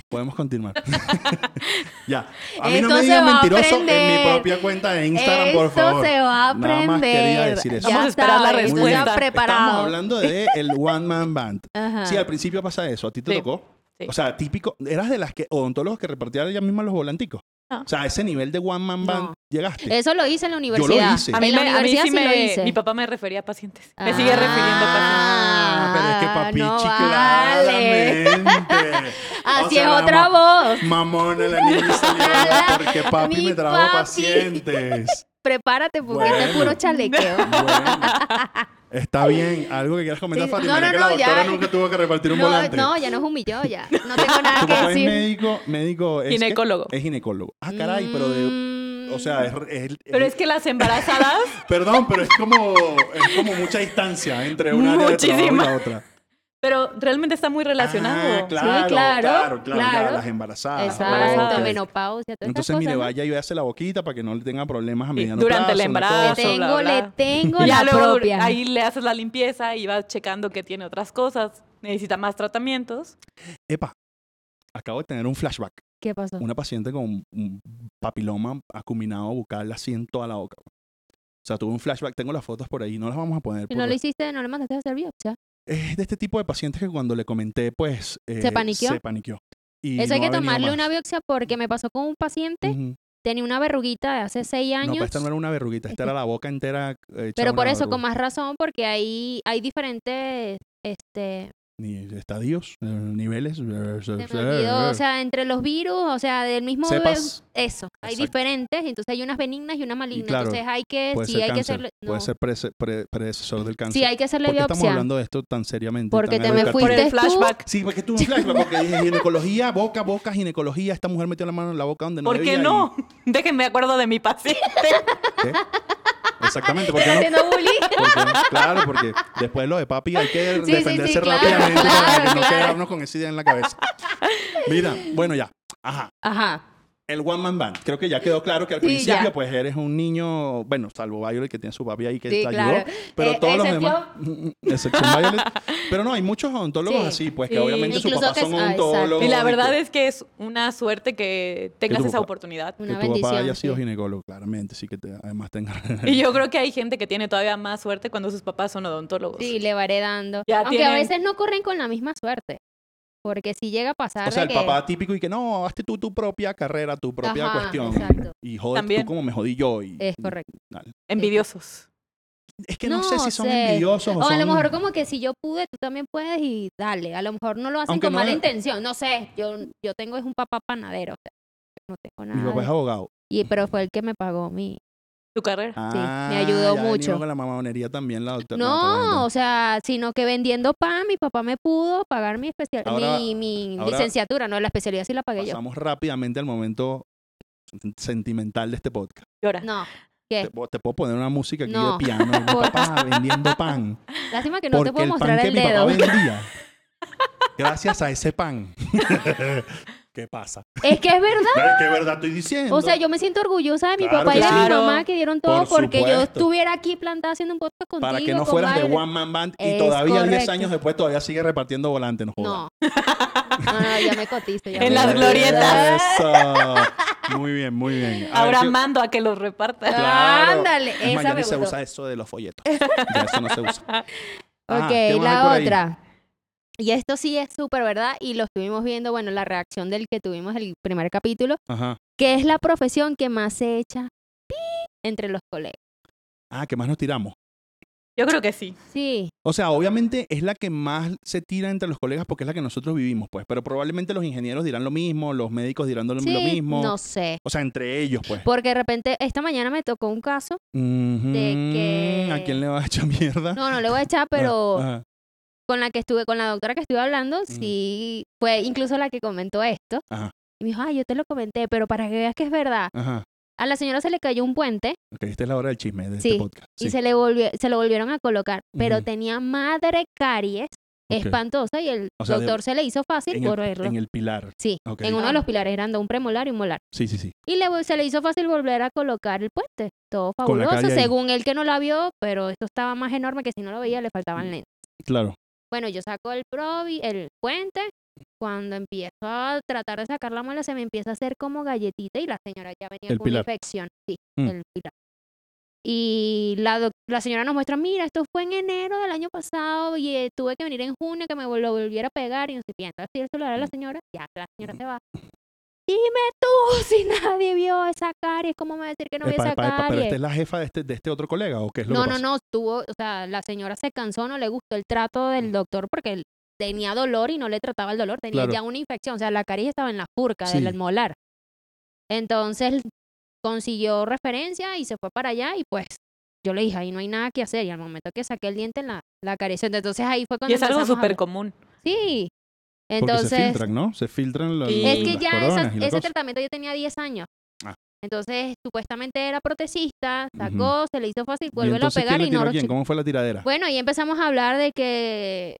S2: Podemos continuar. ya. A mí no me
S3: Esto se
S2: digan
S3: va a
S2: mentiroso en mi
S3: aprender.
S2: propia cuenta de Instagram,
S3: Esto
S2: por favor.
S3: se va a
S2: Nada más quería
S3: aprender.
S2: decir eso.
S3: Ya
S4: Vamos a esperar la
S3: sabes, tú
S4: respuesta.
S3: estás
S4: Estamos
S2: Estamos
S3: preparado. Ah.
S2: hablando de el one man band.
S3: Ajá.
S2: Sí, al principio pasa eso. ¿A ti te
S4: Sí,
S2: tocó?
S4: sí.
S2: O sea, típico. Eras de las que odontólogos que repartían ella misma los volanticos.
S4: Ah.
S2: O sea, a ese nivel de one man band
S3: No.
S2: llegaste.
S3: Eso lo hice en la universidad.
S2: hice.
S4: A mí,
S3: en la
S4: me- a mí
S3: universidad
S4: sí me-
S3: lo hice.
S4: Mi papá me refería a pacientes. Me
S3: Ah.
S4: sigue refiriendo a pacientes.
S2: Ah, pero es que papichi,
S3: no vale.
S2: claramente.
S3: Así
S2: O sea,
S3: es
S2: la
S3: otra
S2: ma-
S3: voz.
S2: Mamona la niña se llevó porque papi
S3: Mi
S2: me trajo
S3: papi.
S2: pacientes.
S3: prepárate porque este es
S2: Bueno.
S3: puro chalequeo.
S2: Bueno, está bien. ¿Algo que quieras comentar,
S3: Sí,
S2: Fátima?
S3: no, no,
S2: Que
S3: no,
S2: la doctora
S3: ya.
S2: nunca tuvo que repartir un
S3: No,
S2: volante.
S3: no, ya nos humilló, ya. No tengo nada
S2: Tu
S3: que
S2: papá es
S3: decir.
S2: médico, médico es... ¿qué?
S4: Ginecólogo.
S2: Es ginecólogo. Ah, caray, pero de...
S3: Mm.
S2: O sea, es... es-
S4: Pero es que las embarazadas,
S2: Perdón, pero es como, es como mucha distancia entre una área de trabajo y la
S4: Muchísima.
S2: otra.
S4: pero realmente está muy relacionado.
S2: Ah, claro, claro,
S3: Sí, claro,
S2: claro, ya,
S3: claro.
S2: las embarazadas.
S3: Exacto,
S2: ok.
S3: menopausia, todas
S2: Entonces,
S3: esas
S2: mire,
S3: cosas. ¿no?
S2: vaya y véase la boquita para que no le tenga problemas a
S4: Y
S2: mediano
S4: durante el
S2: plazo, una cosa.
S3: Le
S4: embarazo, bla,
S3: tengo, le
S4: bla.
S3: tengo
S4: Y
S3: la
S4: ya luego
S3: propia.
S4: ahí le haces la limpieza y vas checando que tiene otras cosas, necesita más tratamientos.
S2: Epa, acabo de tener un flashback.
S3: ¿Qué pasó?
S2: Una paciente con un- un papiloma acuminado bucal así en toda la boca. O sea, tuve un flashback, tengo las fotos por ahí, no las vamos a poner.
S3: Si no
S2: porque-
S3: lo hiciste, no le mandaste a hacer biopsia.
S2: Es de este tipo de pacientes que cuando le comenté, pues... eh,
S3: paniqueó?
S2: Se paniqueó. Y
S3: Eso hay
S2: no
S3: que
S2: ha venido
S3: tomarle
S2: más.
S3: una biopsia porque me pasó con un paciente,
S2: Ujú.
S3: tenía una verruguita de hace seis
S2: No,
S3: años.
S2: pero esta no era una verruguita, esta era la boca entera. eh, hecha
S3: Pero por
S2: una
S3: eso, con
S2: verruga.
S3: más razón, porque ahí hay diferentes este
S2: Ni estadios, eh, niveles. eh,
S3: se me olvidó, o sea, entre los virus, o sea, del mismo ve-
S2: Cepas.
S3: eso, hay
S2: Exacto.
S3: diferentes, entonces hay unas benignas y unas malignas,
S2: claro,
S3: entonces hay que
S2: eh, puede
S3: sí
S2: ser
S3: hay que
S2: cáncer,
S3: hacerle
S2: puede
S3: no,
S2: ser prese- pre- predecesor del cáncer.
S3: sí hay que hacerle
S2: ¿Por qué estamos
S3: biopsia.
S2: hablando de esto tan seriamente? y
S3: Porque
S2: tan
S3: te me
S2: educativo?
S4: Por el
S3: ¿Fuiste tú?
S4: flashback.
S2: Sí, porque tuve un flashback, porque dije ginecología, boca, boca, ginecología. Esta mujer metió la mano en la boca donde no
S4: ¿Por qué
S2: debía y-
S4: no? Déjenme acuerdo de mi paciente.
S2: ¿Qué? Exactamente, ¿por qué no?
S3: haciendo bullying.
S2: Porque- claro, porque después de lo de papi hay que
S3: sí,
S2: defenderse
S3: sí, claro,
S2: rápidamente para
S3: claro,
S2: que no
S3: claro.
S2: quedarnos con esa idea en la cabeza. Mira, bueno, ya. Ajá.
S3: Ajá.
S2: El One Man Band. Creo que ya quedó claro que al
S3: Sí,
S2: principio,
S3: ya.
S2: pues eres un niño, bueno, salvo Violet que tiene su papi ahí que
S3: Sí,
S2: te
S3: claro.
S2: ayudó. Pero
S3: Eh,
S2: todos los demás. mm,
S3: excepción-
S2: Excepto Violet. Pero no, hay muchos odontólogos
S3: Sí,
S2: así, pues que
S4: sí.
S2: obviamente sus
S3: Incluso
S2: papás
S3: que
S2: son
S3: es- ah, exacto.
S2: odontólogos.
S4: Y la verdad
S2: que-
S4: es que es una suerte que tengas
S2: tu
S4: esa
S2: papá-
S4: oportunidad.
S2: que
S3: Una
S2: tu
S3: bendición.
S2: papá haya sido
S3: sí.
S2: ginecólogo, claramente, sí que te- además tenga.
S4: Y yo creo que hay gente que tiene todavía más suerte cuando sus papás son odontólogos.
S3: Sí, le varé dando.
S4: Ya
S3: Aunque a
S4: tienen-
S3: veces no corren con la misma suerte. Porque si llega a pasar
S2: o sea,
S3: de
S2: el
S3: que...
S2: papá típico y que no, hazte tú tu propia carrera, tu propia
S3: Ajá,
S2: cuestión. Mm.
S3: exacto.
S2: Y joder, tú
S4: También.
S2: como me jodí yo. Y,
S3: Es correcto.
S4: Envidiosos.
S2: Es que no, sé
S3: No
S2: si son
S3: sé.
S2: envidiosos o,
S3: O a
S2: son-
S3: lo mejor como que si yo pude, tú también puedes y dale. A lo mejor no lo hacen
S2: Aunque
S3: con
S2: no
S3: mala
S2: es-
S3: intención. No sé, yo, yo tengo es un papá panadero. o sea, no tengo
S2: Mi
S3: nada.
S2: papá es
S3: de-
S2: abogado.
S3: Y, pero fue el que me pagó mi...
S4: Tu carrera.
S2: Ah,
S3: me ayudó
S2: ya venimos
S3: mucho.
S2: con la mamamonería también, la doctora.
S3: No,
S2: tremendo.
S3: o sea, sino que vendiendo pan, mi papá me pudo pagar mi especial,
S2: Ahora-
S3: mi, mi
S2: ahora-
S3: licenciatura, no, la especialidad sí la pagué yo.
S2: Pasamos rápidamente al momento sentimental de este podcast.
S4: Llora.
S3: No,
S2: Te, puedo- te puedo poner una música aquí
S3: No.
S2: de piano. y Mi
S3: Por-
S2: papá vendiendo pan.
S3: lástima que no
S2: porque
S3: te puedo
S2: el pan
S3: mostrar
S2: que
S3: el
S2: mi papá
S3: dedo.
S2: vendía, gracias a ese pan. ¿Qué pasa?
S3: Es que es verdad.
S2: ¿Qué verdad estoy diciendo?
S3: Ah. O sea, yo me siento orgullosa de mi
S2: Claro
S3: papá y
S2: que
S3: de mi
S4: sí.
S3: mamá que dieron todo
S2: Por
S3: porque yo
S2: supuesto.
S3: estuviera aquí plantada haciendo un podcast contigo.
S2: Para que no
S3: con
S2: fueras de
S3: Violet.
S2: One Man Band y
S3: Es
S2: todavía 10
S3: correcto.
S2: años después todavía sigue repartiendo volantes. No, jodas.
S3: No. No, no, ya me cotizo. Ya
S4: En
S3: me
S4: las
S3: cotizo.
S4: glorietas.
S2: Eso. Muy bien, muy bien. A
S4: Ahora
S2: ver qué-
S4: mando a que los reparta.
S2: Claro.
S3: Ándale,
S2: Es más,
S3: esa
S2: ya
S3: me
S2: ni se
S3: gustó.
S2: usa eso de los folletos. Ya eso no se usa. Ajá, Ah, ¿qué más hay
S3: Ok,
S2: por
S3: la
S2: ahí?
S3: otra. Y esto sí es súper verdad y lo estuvimos viendo, bueno, la reacción del que tuvimos el primer capítulo,
S2: Ajá.
S3: que es la profesión que más se echa pi, entre los colegas.
S2: Ah, ¿qué más nos tiramos?
S4: Yo creo que sí.
S3: Sí,
S2: O sea, obviamente es la que más se tira entre los colegas porque es la que nosotros vivimos, pues. Pero probablemente los ingenieros dirán lo mismo, los médicos dirán lo, lo
S3: sí,
S2: mismo.
S3: no sé.
S2: O sea, entre ellos, pues.
S3: Porque de repente, esta mañana me tocó un caso.
S2: Ujú.
S3: que-
S2: ¿A quién le va a echar mierda?
S3: No, no le voy a
S2: Ah,
S3: echar, pero
S2: Ajá.
S3: con la que estuve, con la doctora que estuve hablando, sí, fue incluso la que comentó esto.
S2: Mm. Ajá.
S3: Y me dijo, ay, yo te lo comenté, pero para que veas que es verdad.
S2: Ajá.
S3: A la señora se le cayó un puente
S2: Ok, esta es la hora del chisme de
S3: Sí,
S2: este podcast.
S3: y
S2: Sí.
S3: se le volvió, se lo volvieron a colocar, pero
S2: Ujú.
S3: tenía madre caries
S2: Ok.
S3: espantosa y el
S2: O sea, de-
S3: doctor se le hizo fácil
S2: en, el,
S3: volverlo.
S2: en el pilar.
S3: Sí,
S2: Ok.
S3: en uno de los pilares eran de un premolar y un molar.
S2: Sí, sí, sí.
S3: Y le, se le hizo fácil volver a colocar el puente. Todo
S2: Con la
S3: fabuloso,
S2: carie ahí.
S3: según él que no la vio, pero esto estaba más enorme que si no lo veía le
S2: Mm.
S3: faltaban lentes.
S2: Claro.
S3: Bueno, yo saco el probi, el puente. Cuando empiezo a tratar de sacar la muela, se me empieza a hacer como galletita y la señora ya venía
S2: El
S3: con una
S2: pilar.
S3: infección. Sí,
S2: Mm.
S3: el pilar. Y la, doc- la señora nos muestra, mira, esto fue en enero del año pasado y eh, tuve que venir en junio que me vol- lo volviera a pegar y no sé qué. Entonces, si el celular
S2: Mm.
S3: a la señora, ya, la señora se va. Dime tú si nadie vio esa caries, ¿cómo me va a decir que no vio
S2: Epa,
S3: esa
S2: epa, epa, Eh, pero
S3: caries?
S2: esta es la jefa de este, de este otro colega, ¿o qué es lo
S3: No,
S2: que
S3: no,
S2: pasa?
S3: no, tuvo, o sea, la señora se cansó, no le gustó el trato del doctor porque él tenía dolor y no le trataba el dolor, tenía
S2: Mm. Claro.
S3: ya una infección, o sea, la caries estaba en la furca
S2: Sí.
S3: del molar. Entonces, consiguió referencia y se fue para allá y pues yo le dije, ahí no hay nada que hacer y al momento que saqué el diente la, la careció. Entonces ahí fue cuando...
S4: Y es algo
S3: empezamos a
S4: súper
S3: hablar.
S4: común.
S2: Porque
S3: Sí.
S2: se
S3: Entonces...
S2: filtran, ¿no? Se filtran las,
S4: Sí.
S2: las-
S3: Es que
S2: las
S3: ya
S2: coronas
S3: esas-
S2: y la
S3: ese
S2: cosa.
S3: tratamiento yo tenía 10 años.
S2: Ah.
S3: Entonces, supuestamente era protecista, sacó,
S2: Ujú.
S3: se le hizo fácil,
S2: ¿Y
S3: vuélvelo a
S2: entonces
S3: pegar
S2: quién le
S3: y
S2: tiró
S3: no
S2: a
S3: lo
S2: quién?
S3: chi- Pues,
S2: ¿Cómo fue la tiradera?
S3: Bueno, y empezamos a hablar de que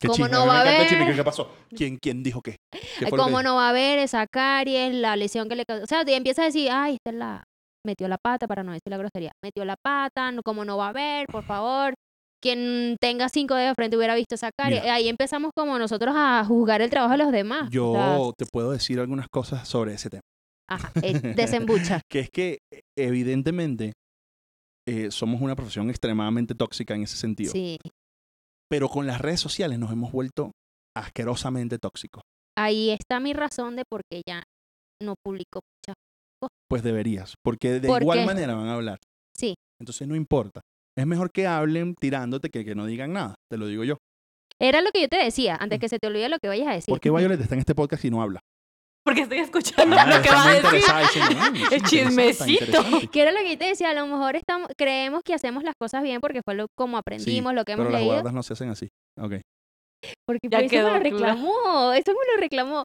S2: ¿Qué
S3: ¿cómo
S2: chisme?
S3: no va a
S2: Me encanta el
S3: haber?
S2: chisme, ¿Qué, qué pasó? ¿Quién, ¿Quién dijo qué? ¿Qué
S3: eh,
S2: fue lo que
S3: cómo
S2: dijo?
S3: no va a haber esa caries, la lesión que le causó. O sea, te empieza a decir, ay, esta es la... Metió la pata, para no decir la grosería. Metió la pata, no- cómo no va a haber, por favor. Quien tenga cinco dedos de frente hubiera visto esa caries.
S2: Mira.
S3: Ahí empezamos como nosotros a juzgar el trabajo de los demás. O sea,
S2: Yo te puedo decir algunas cosas sobre ese tema.
S3: ajá, eh, desembucha.
S2: que es que eh, evidentemente eh, somos una profesión extremadamente tóxica en ese sentido.
S3: Sí.
S2: Pero con las redes sociales nos hemos vuelto asquerosamente tóxicos.
S3: ahí está mi razón de por qué ya no publico muchas.
S2: Pues deberías, porque de
S3: ¿Por
S2: igual
S3: qué?
S2: manera van a hablar.
S3: Sí.
S2: Entonces no importa. Es mejor que hablen tirándote que que no digan nada. Te lo digo yo.
S3: Era lo que yo te decía, antes que se te olvide lo que vayas a decir.
S2: Mm. ¿Por qué Violet está en este podcast y no habla?
S4: Porque estoy escuchando
S2: Ah,
S4: lo que
S2: está
S4: va
S2: muy
S4: a decir.
S2: interesada diciendo, "Mm, sí,
S4: El
S2: interesante,
S4: chismecito".
S2: interesante".
S3: Que era lo que yo te decía, a lo mejor estamos, creemos que hacemos las cosas bien porque fue lo, como aprendimos, lo que
S2: Pero
S3: hemos
S2: las
S3: leído.
S2: guardas no se hacen así. Ok.
S3: Porque
S4: Ya
S3: por eso me
S4: quedó
S3: lo
S4: claro.
S3: reclamó, eso me lo reclamó.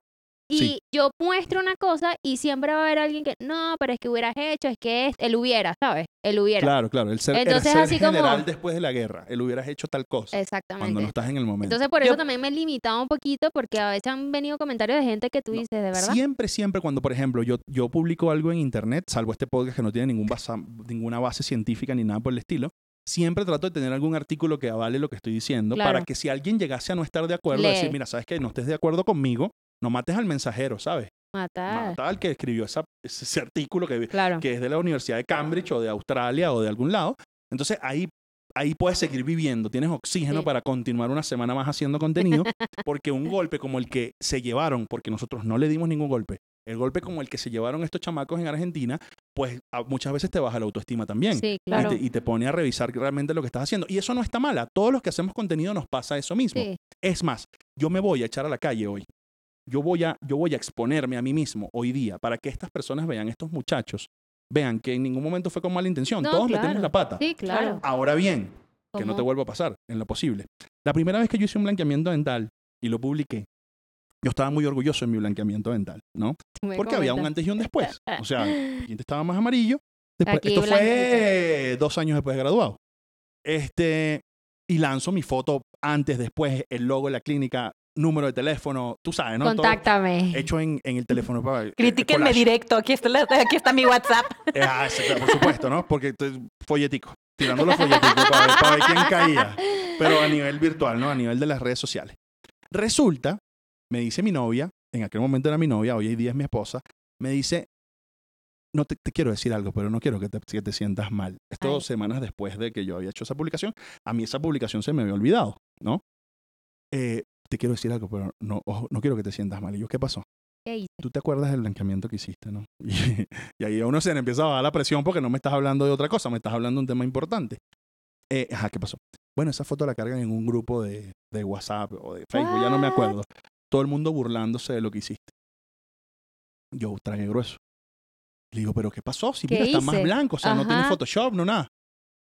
S3: Y
S2: Sí.
S3: yo muestro una cosa y siempre va a haber alguien que, no, pero es que hubieras hecho, es que es, él hubiera, ¿sabes? Él hubiera.
S2: Claro, claro. El ser, el
S3: Entonces,
S2: ser
S3: así como-
S2: general después de la guerra. Él hubieras hecho tal cosa. Cuando
S3: Exactamente.
S2: no estás en el momento.
S3: Entonces por
S4: Yo-
S3: eso también me he limitado un poquito porque a veces han venido comentarios de gente que tú
S2: No,
S3: dices, de verdad.
S2: Siempre, siempre cuando, por ejemplo, yo, yo publico algo en internet, salvo este podcast que no tiene ningún basa- ninguna base científica ni nada por el estilo, siempre trato de tener algún artículo que avale lo que estoy diciendo
S3: Claro.
S2: para que si alguien llegase a no estar de acuerdo,
S3: Lee.
S2: decir, mira, sabes que no estés de acuerdo conmigo, no mates al mensajero, ¿sabes?
S3: Matar.
S2: Mata al que escribió esa- ese, ese artículo que,
S3: Claro.
S2: que es de la Universidad de Cambridge o de Australia o de algún lado. Entonces ahí, ahí puedes seguir viviendo, tienes oxígeno
S3: Sí.
S2: para continuar una semana más haciendo contenido, porque un golpe como el que se llevaron, porque nosotros no le dimos ningún golpe, el golpe como el que se llevaron estos chamacos en Argentina, pues a- muchas veces te baja la autoestima también.
S3: Sí,
S2: Y te-
S3: claro.
S2: Y, te, pone a revisar realmente lo que estás haciendo. Y eso no está mal. A todos los que hacemos contenido nos pasa eso mismo.
S3: Sí.
S2: Es más, yo me voy a echar a la calle hoy. Yo voy, a, yo voy a exponerme a mí mismo hoy día para que estas personas vean, estos muchachos, vean que en ningún momento fue con mala intención.
S3: No,
S2: Todos
S3: claro.
S2: metemos la pata.
S3: Sí, claro.
S2: Ahora bien, que no te
S3: ¿Cómo?
S2: vuelva a pasar, en lo posible. La primera vez que yo hice un blanqueamiento dental y lo publiqué, yo estaba muy orgulloso de mi blanqueamiento dental, ¿no?
S3: Tú me
S2: Porque había un
S3: comentas.
S2: antes y un después.
S4: Ah.
S2: O sea, el siguiente estaba más amarillo. Después-
S3: Aquí
S2: esto fue
S3: blanquito.
S2: dos años después de graduado. Este, y lanzo mi foto antes, después, el logo de la clínica, número de teléfono, tú sabes, ¿no? Todo
S3: Contáctame.
S2: hecho en, en el teléfono. para-
S4: Critíquenme
S2: collage.
S4: directo. Aquí está, la- aquí está mi WhatsApp.
S2: Eh, ah, ese, claro, por supuesto, ¿no? Porque te- folletico, tirando los folleticos para ver, para ver quién caía. Pero a nivel virtual, ¿no? A nivel de las redes sociales. Resulta, me dice mi novia, en aquel momento era mi novia, hoy en día es mi esposa, me dice, no te, te quiero decir algo, pero no quiero que te, que te sientas mal. Esto
S3: Ay.
S2: dos semanas después de que yo había hecho esa publicación, a mí esa publicación se me había olvidado, ¿no? Eh, te quiero decir algo, pero no, ojo, no quiero que te sientas mal. Y yo, ¿qué pasó?
S3: ¿Qué hice?
S2: tú te acuerdas del blanqueamiento que hiciste, ¿no? Y, y ahí a uno se le empieza a bajar la presión porque no me estás hablando de otra cosa, me estás hablando de un tema importante. Eh, ajá, ¿qué pasó? Bueno, esa foto la cargan en un grupo de, de WhatsApp o de Facebook, ya no me
S3: What?
S2: acuerdo. Todo el mundo burlándose de lo que hiciste. Yo tragué grueso. Le digo, ¿pero qué pasó? Si
S3: ¿Qué
S2: mira, está más
S3: hice?
S2: blanco, o sea, no tiene
S3: Ajá.
S2: Photoshop, no nada.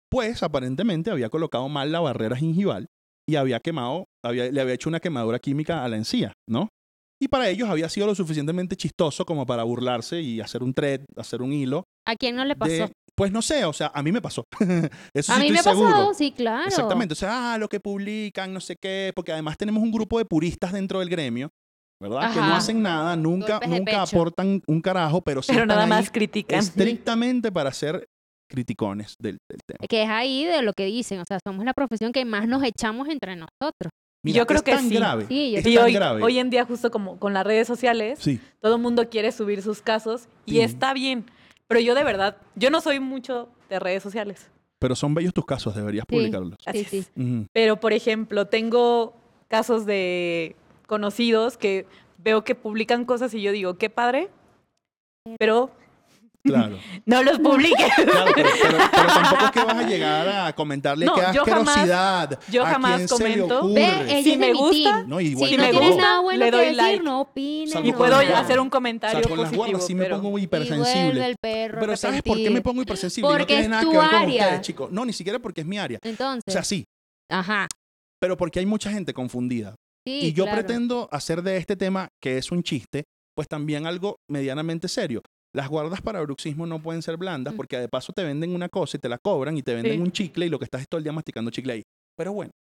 S2: Pues aparentemente había colocado mal la barrera gingival y había quemado, había- le había hecho una quemadura química a la encía, ¿no? Y para ellos había sido lo suficientemente chistoso como para burlarse y hacer un thread, hacer un hilo.
S3: ¿A quién no le pasó?
S2: De, pues no sé, o sea, a mí me pasó. Eso
S3: a
S2: sí
S3: mí
S2: estoy
S3: me ha
S2: seguro.
S3: pasado, sí, claro.
S2: Exactamente, o sea, ah, lo que publican, no sé qué, porque además tenemos un grupo de puristas dentro del gremio, ¿verdad? Que no
S3: Ajá.
S2: hacen nada, nunca,
S3: Golpes de
S2: nunca
S3: pecho.
S2: aportan un carajo, pero sí
S4: Pero
S2: están
S4: nada
S2: ahí
S4: más critican.
S2: estrictamente para ser criticones del, del tema.
S3: Que es ahí de lo que dicen, o sea, somos la profesión que más nos echamos entre nosotros.
S4: Y yo creo
S2: es
S4: que
S2: tan
S4: sí.
S2: grave.
S3: Sí, yo
S2: es
S3: creo
S4: Y
S2: tan
S4: hoy,
S2: grave.
S4: hoy en día, justo como con las redes sociales,
S2: sí.
S4: todo el mundo quiere subir sus casos y
S2: Sí.
S4: está bien. Pero yo de verdad, yo no soy mucho de redes sociales.
S2: Pero son bellos tus casos, deberías
S3: Sí.
S2: publicarlos.
S4: Así
S3: Sí,
S4: es.
S3: sí.
S2: Ujú.
S4: Pero, por ejemplo, tengo casos de conocidos que veo que publican cosas y yo digo, qué padre, pero
S2: Claro.
S7: No los publiques.
S2: Claro, pero, pero- pero tampoco es que vas a llegar a comentarle
S4: No,
S2: qué
S4: yo jamás-
S2: asquerosidad.
S4: yo
S2: ¿A
S4: jamás
S2: quién se le
S4: comento.
S2: ocurre?
S3: Ve, ella
S4: Si
S3: es de
S4: me
S3: mi
S4: gusta,
S3: team.
S2: No, y
S3: si
S2: igual
S4: si
S3: no
S4: me
S3: tienes
S4: gusta,
S3: nada bueno
S4: le
S3: que
S4: doy
S3: decir,
S4: like.
S3: no opines.
S2: Salgo
S4: Y
S3: no
S4: puedo
S2: con las
S3: nada.
S4: hacer un
S2: O
S4: comentario
S2: sea, con las
S4: positivo,
S2: guardas sí me
S4: pero
S2: pongo muy
S3: Y vuelve
S2: hipersensible.
S3: el perro
S2: Pero ¿sabes por qué me
S3: arrepentido.
S2: pongo hipersensible? Y no
S3: Porque
S2: tiene
S3: es
S2: nada
S3: tu
S2: que ver con
S3: área.
S2: ustedes, chicos. No, ni siquiera porque es mi área.
S3: Entonces,
S2: O sea, sí,
S3: ajá.
S2: pero porque hay mucha gente confundida.
S3: Sí,
S2: y yo
S3: claro.
S2: pretendo hacer de este tema, que es un chiste, pues también algo medianamente serio. Las guardas para bruxismo no pueden ser blandas
S3: Mm.
S2: porque de paso te venden una cosa y te la cobran y te venden
S4: Sí.
S2: un chicle y lo que estás es todo el día masticando chicle ahí. Pero bueno,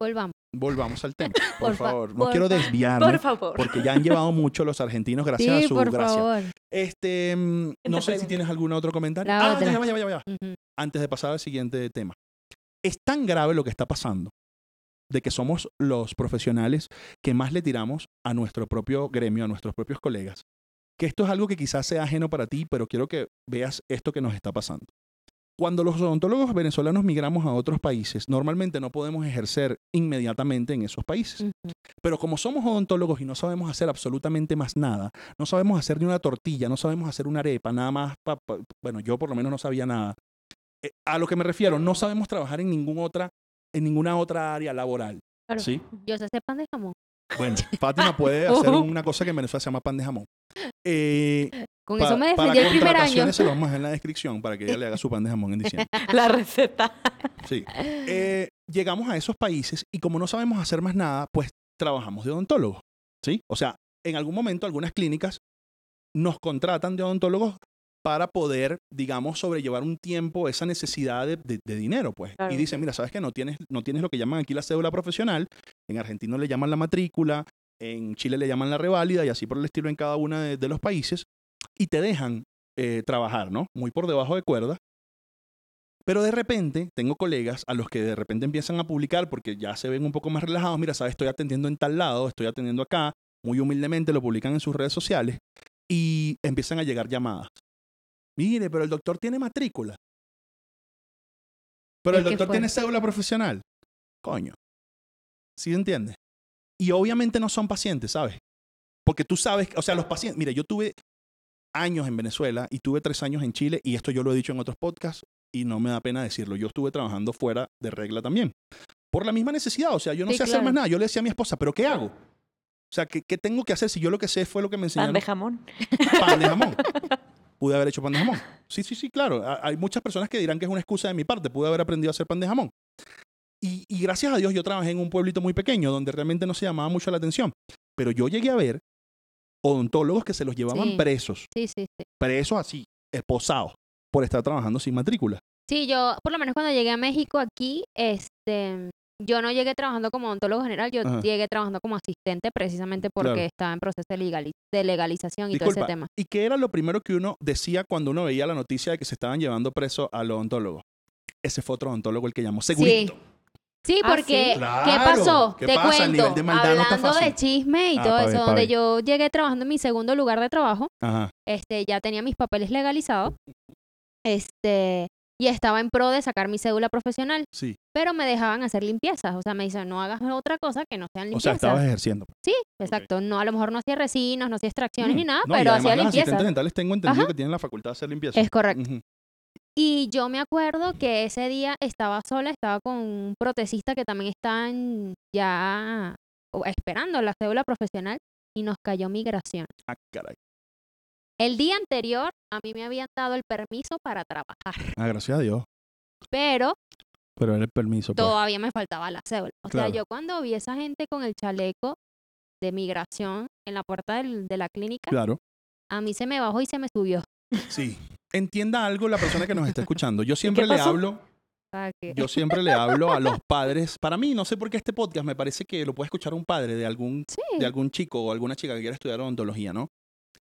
S3: Volvamos.
S2: volvamos al tema, por,
S3: Por fa-
S2: favor. No
S3: por
S2: quiero
S3: fa-
S2: desviarme
S4: Por favor.
S2: porque ya han llevado mucho los argentinos gracias
S3: sí,
S2: a su
S3: por
S2: gracia.
S3: favor.
S2: Este, mm, no sé si
S4: pregunta.
S2: tienes algún otro comentario.
S3: La
S2: ah,
S3: otra.
S2: ya, va, ya, va, ya, va, ya va.
S3: Ujú.
S2: Antes de pasar al siguiente tema. Es tan grave lo que está pasando de que somos los profesionales que más le tiramos a nuestro propio gremio, a nuestros propios colegas, que esto es algo que quizás sea ajeno para ti, pero quiero que veas esto que nos está pasando. Cuando los odontólogos venezolanos migramos a otros países, normalmente no podemos ejercer inmediatamente en esos países.
S3: Ujú.
S2: Pero como somos odontólogos y no sabemos hacer absolutamente más nada, no sabemos hacer ni una tortilla, no sabemos hacer una arepa, nada más, pa- pa- bueno, yo por lo menos no sabía nada. Eh, a lo que me refiero, no sabemos trabajar en, ningún otra, en ninguna otra área laboral.
S3: Claro.
S2: ¿sí?
S3: Yo sé hacer pan de jamón.
S2: Bueno, Fátima puede hacer
S3: Uh.
S2: una cosa que en Venezuela se llama pan de jamón. Eh,
S3: Con
S2: pa-
S3: eso me
S2: para
S3: defendí el primer año.
S2: contrataciones se lo vamos a dejar en la descripción para que ella le haga su pan de jamón en diciembre.
S4: La receta.
S2: Sí. Eh, llegamos a esos países y como no sabemos hacer más nada, pues trabajamos de odontólogos. ¿Sí? O sea, en algún momento algunas clínicas nos contratan de odontólogos para poder, digamos, sobrellevar un tiempo esa necesidad de, de- de dinero, pues.
S4: Claro.
S2: Y dicen, mira, sabes que no tienes, no tienes lo que llaman aquí la cédula profesional, en Argentina le llaman la matrícula, en Chile le llaman la reválida y así por el estilo en cada uno de, de los países, y te dejan eh, trabajar, ¿no? Muy por debajo de cuerda. Pero de repente tengo colegas a los que de repente empiezan a publicar porque ya se ven un poco más relajados, mira, sabes, estoy atendiendo en tal lado, estoy atendiendo acá, muy humildemente lo publican en sus redes sociales y empiezan a llegar llamadas. Mire, pero el doctor tiene matrícula. Pero
S3: Es
S2: el
S3: que
S2: doctor
S3: fue-
S2: tiene cédula profesional. Coño. ¿Sí entiendes? Y obviamente no son pacientes, ¿sabes? Porque tú sabes, o sea, los pacientes, mira, yo tuve años en Venezuela y tuve tres años en Chile y esto yo lo he dicho en otros podcasts y no me da pena decirlo. Yo estuve trabajando fuera de regla también. Por la misma necesidad, o sea, yo no
S3: Sí,
S2: sé hacer
S3: claro.
S2: más nada. Yo le decía a mi esposa, ¿pero qué hago? O sea, ¿qué, qué tengo que hacer si yo lo que sé fue lo que me
S4: Pan
S2: enseñaron?
S4: de jamón.
S2: pan de jamón. Pude haber hecho pan de jamón. Sí, sí, sí, claro. Ha- Hay muchas personas que dirán que es una excusa de mi parte. Pude haber aprendido a hacer pan de jamón. Y, y gracias a Dios yo trabajé en un pueblito muy pequeño donde realmente no se llamaba mucho la atención. Pero yo llegué a ver odontólogos que se los llevaban
S3: Sí.
S2: presos,
S3: Sí, sí, sí.
S2: presos así, esposados, por estar trabajando sin matrícula.
S3: Sí, yo, por lo menos cuando llegué a México aquí, este, yo no llegué trabajando como odontólogo general, yo
S2: Ajá.
S3: llegué trabajando como asistente precisamente porque
S2: Claro.
S3: estaba en proceso de, legali- de legalización y todo
S2: Disculpa,
S3: ese tema.
S2: ¿y qué era lo primero que uno decía cuando uno veía la noticia de que se estaban llevando preso al odontólogo? Ese fue otro odontólogo el que llamó segurito.
S3: Sí,
S4: Ah,
S3: porque
S4: sí.
S3: ¿qué
S2: Claro,
S3: pasó?
S2: ¿qué
S3: Te
S2: pasa? El nivel
S3: cuento,
S2: de maldad no está
S3: hablando
S2: fácil.
S3: de chisme y
S2: Ah,
S3: todo
S2: pa'
S3: eso,
S2: ver, pa'
S3: donde
S2: ver.
S3: yo llegué trabajando en mi segundo lugar de trabajo,
S2: Ajá.
S3: este, ya tenía mis papeles legalizados, este, y estaba en pro de sacar mi cédula profesional,
S2: Sí.
S3: pero me dejaban hacer limpiezas, o sea, me dicen, no hagas otra cosa que no sean
S2: O sea,
S3: limpiezas.
S2: estabas ejerciendo.
S3: Sí, exacto. No, a lo mejor no hacía resinos, no hacía extracciones ni
S2: Mm.
S3: nada,
S2: No, y
S3: pero
S2: además
S3: hacía
S2: las asistentes Mm.
S3: limpieza.
S2: dentales tengo entendido
S3: Ajá.
S2: que tienen la facultad de hacer limpieza.
S3: Es correcto.
S2: Ujú.
S3: Y yo me acuerdo que ese día estaba sola, estaba con un protecista que también están ya o- esperando la cédula profesional y nos cayó migración.
S2: Ah, caray.
S3: El día anterior a mí me habían dado el permiso para trabajar,
S2: Ah, gracias a Dios.
S3: pero
S2: Pero era el permiso. pues.
S3: todavía me faltaba la cédula. O
S2: Claro.
S3: sea, yo cuando vi a esa gente con el chaleco de migración en la puerta del- de la clínica,
S2: Claro.
S3: a mí se me bajó y se me subió.
S2: Sí. Entienda algo la persona que nos está escuchando. Yo siempre le
S4: pasó?
S2: hablo,
S3: O sea, que-
S2: yo siempre le hablo a los padres. Para mí, no sé por qué este podcast me parece que lo puede escuchar un padre de algún
S3: sí.
S2: de algún chico o alguna chica que quiera estudiar odontología, ¿no?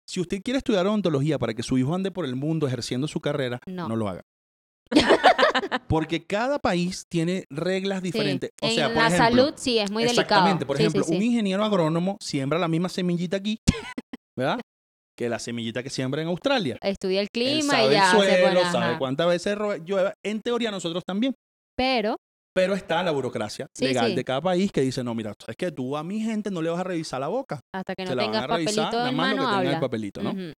S2: Si usted quiere estudiar odontología para que su hijo ande por el mundo ejerciendo su carrera, no,
S3: No.
S2: lo haga. Porque cada país tiene reglas diferentes. O
S3: en
S2: sea,
S3: la
S2: por ejemplo,
S3: salud sí es muy delicado.
S2: Exactamente. Por
S3: Sí, sí,
S2: ejemplo,
S3: sí.
S2: un ingeniero agrónomo siembra la misma semillita aquí, ¿verdad? que la semillita que siembra en Australia.
S3: estudia el
S2: Él
S3: clima
S2: sabe
S3: y
S2: el
S3: ya se
S2: suelo,
S3: pone,
S2: sabe
S3: ajá.
S2: cuántas veces ro- llueve. En teoría nosotros también.
S3: Pero
S2: Pero está la burocracia
S3: Sí,
S2: legal
S3: sí.
S2: de cada país que dice, no, mira, es que tú a mi gente no le vas a revisar la boca.
S3: hasta que
S2: Se
S3: no
S2: la van
S3: tengas
S2: a revisar
S3: papelito
S2: nada
S3: en
S2: más lo
S3: mano
S2: que tenga el
S3: habla.
S2: papelito, ¿no?
S3: Ujú.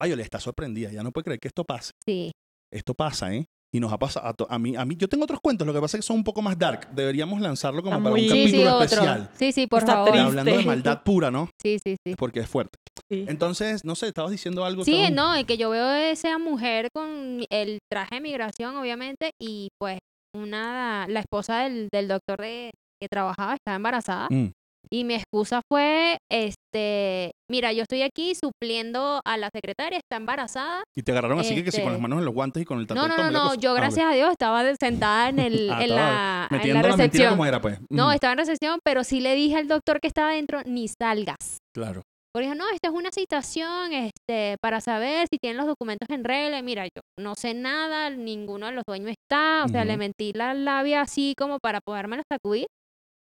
S2: Violet está sorprendida, ya no puede creer que esto pase.
S3: Sí.
S2: Esto pasa, ¿eh? Y nos ha pasado a, to- a mí, a mí. Yo tengo otros cuentos, lo que pasa es que son un poco más dark. Deberíamos lanzarlo como
S4: Está
S2: para
S4: muy-
S2: un
S4: Sí,
S3: Sí, sí,
S2: capítulo
S3: otro.
S2: especial.
S3: Sí, sí, por
S4: Está
S3: favor.
S4: triste.
S2: Hablando de maldad pura, ¿no?
S3: Sí, sí, sí.
S2: Porque es fuerte.
S4: Sí.
S2: Entonces, no sé, estabas diciendo algo.
S3: Sí,
S2: estabas-
S3: no, el que yo veo es esa mujer con el traje de migración, obviamente, y pues una la esposa del, del doctor de, que trabajaba estaba embarazada.
S2: Mm.
S3: Y mi excusa fue, este, mira, yo estoy aquí supliendo a la secretaria, está embarazada.
S2: Y te agarraron así que, que si con las
S3: Este-
S2: manos en los guantes y con el tatuaje.
S3: No, no, no, no, yo gracias a Dios estaba de- sentada en, el,
S2: Ah, estaba
S3: en, la, en la
S2: Metiendo la, mentira
S3: recepción.
S2: como era, pues.
S3: No,
S2: Mm,
S3: estaba en recepción, pero sí le dije al doctor que estaba dentro, ni salgas.
S2: Claro.
S3: Porque dijo, no, esta es una citación este, para saber si tienen los documentos en regla. Y mira, yo no sé nada, ninguno de los dueños está. O sea, le
S2: Ujú.
S3: mentí la labia así como para podérmelo sacudir.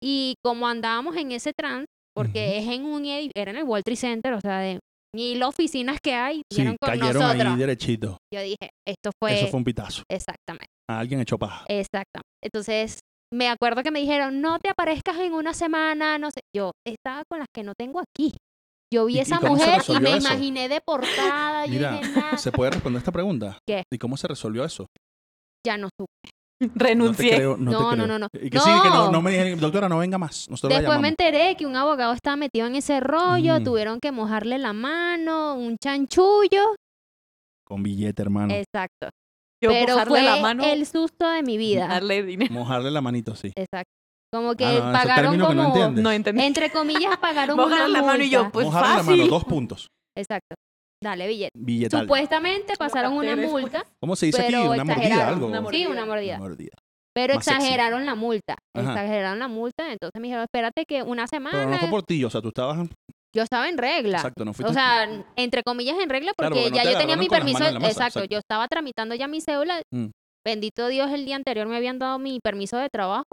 S3: Y como andábamos en ese trance, porque es en un edi- era en el World Trade Center, o sea, de mil oficinas que hay,
S2: Sí,
S3: dieron con
S2: cayeron ahí
S3: nosotros.
S2: derechito.
S3: Yo dije, esto fue,
S2: Eso fue un pitazo.
S3: exactamente,
S2: A alguien echó paja.
S3: exactamente. Entonces, me acuerdo que me dijeron, no te aparezcas en una semana, no sé. Yo estaba con las que no tengo aquí. Yo vi
S2: ¿Y- y
S3: esa
S2: cómo se
S3: mujer y
S2: resolvió
S3: me
S2: eso?
S3: imaginé deportada.
S2: Mira,
S3: yo dije, "Nah,
S2: ¿Se puede responder esta pregunta?
S3: Ah. ¿Qué?
S2: ¿Y cómo se resolvió eso?
S3: ya no supe.
S2: No te
S4: Renuncié.
S2: creo, no,
S3: No,
S2: te
S3: no,
S2: creo.
S3: no, no.
S2: Y que sí, que no,
S3: No.
S2: no me dijeron, doctora, no venga más. Nosotros la
S3: Después me
S2: llamamos.
S3: enteré que un abogado estaba metido en ese rollo,
S2: Mm.
S3: tuvieron que mojarle la mano, un chanchullo.
S2: Con billete, hermano.
S3: Exacto.
S4: Yo
S3: Pero
S4: mojarle
S3: fue
S4: la mano,
S3: el susto de mi vida.
S4: darle dinero.
S2: Mojarle la manito, sí.
S3: Exacto. Como que
S2: Ah, no, ese
S3: pagaron
S2: término que no
S3: como,
S2: entiendo.
S4: No entendí.
S3: entre comillas, pagaron
S4: Mojarle
S3: una
S4: la mano y yo,
S3: multa.
S4: pues
S2: Mojarle
S4: fácil.
S2: la mano, dos puntos.
S3: Exacto. Dale, billete.
S2: Billetal.
S3: Supuestamente pasaron una
S4: Aparte,
S3: multa,
S2: ¿Cómo se dice aquí?
S3: pero
S2: Una mordida,
S3: exageraron.
S2: algo.
S4: Una
S3: sí,
S4: mordida.
S3: una mordida.
S2: mordida.
S3: Pero
S2: Más sexy.
S3: exageraron la multa.
S2: Ajá.
S3: Exageraron la multa, entonces me dijeron, espérate que una semana.
S2: Pero no fue por ti, o sea, tú estabas.
S3: Yo estaba en regla.
S2: Exacto, no fuiste.
S3: O sea, n- entre comillas en regla, porque,
S2: Claro, porque no
S3: ya
S2: te
S3: yo tenía
S2: agarraron
S3: mi
S2: con las
S3: permiso.
S2: manos en la masa,
S3: exacto,
S2: exacto.
S3: yo estaba tramitando ya mi cédula.
S2: Mm.
S3: Bendito Dios, el día anterior me habían dado mi permiso de trabajo,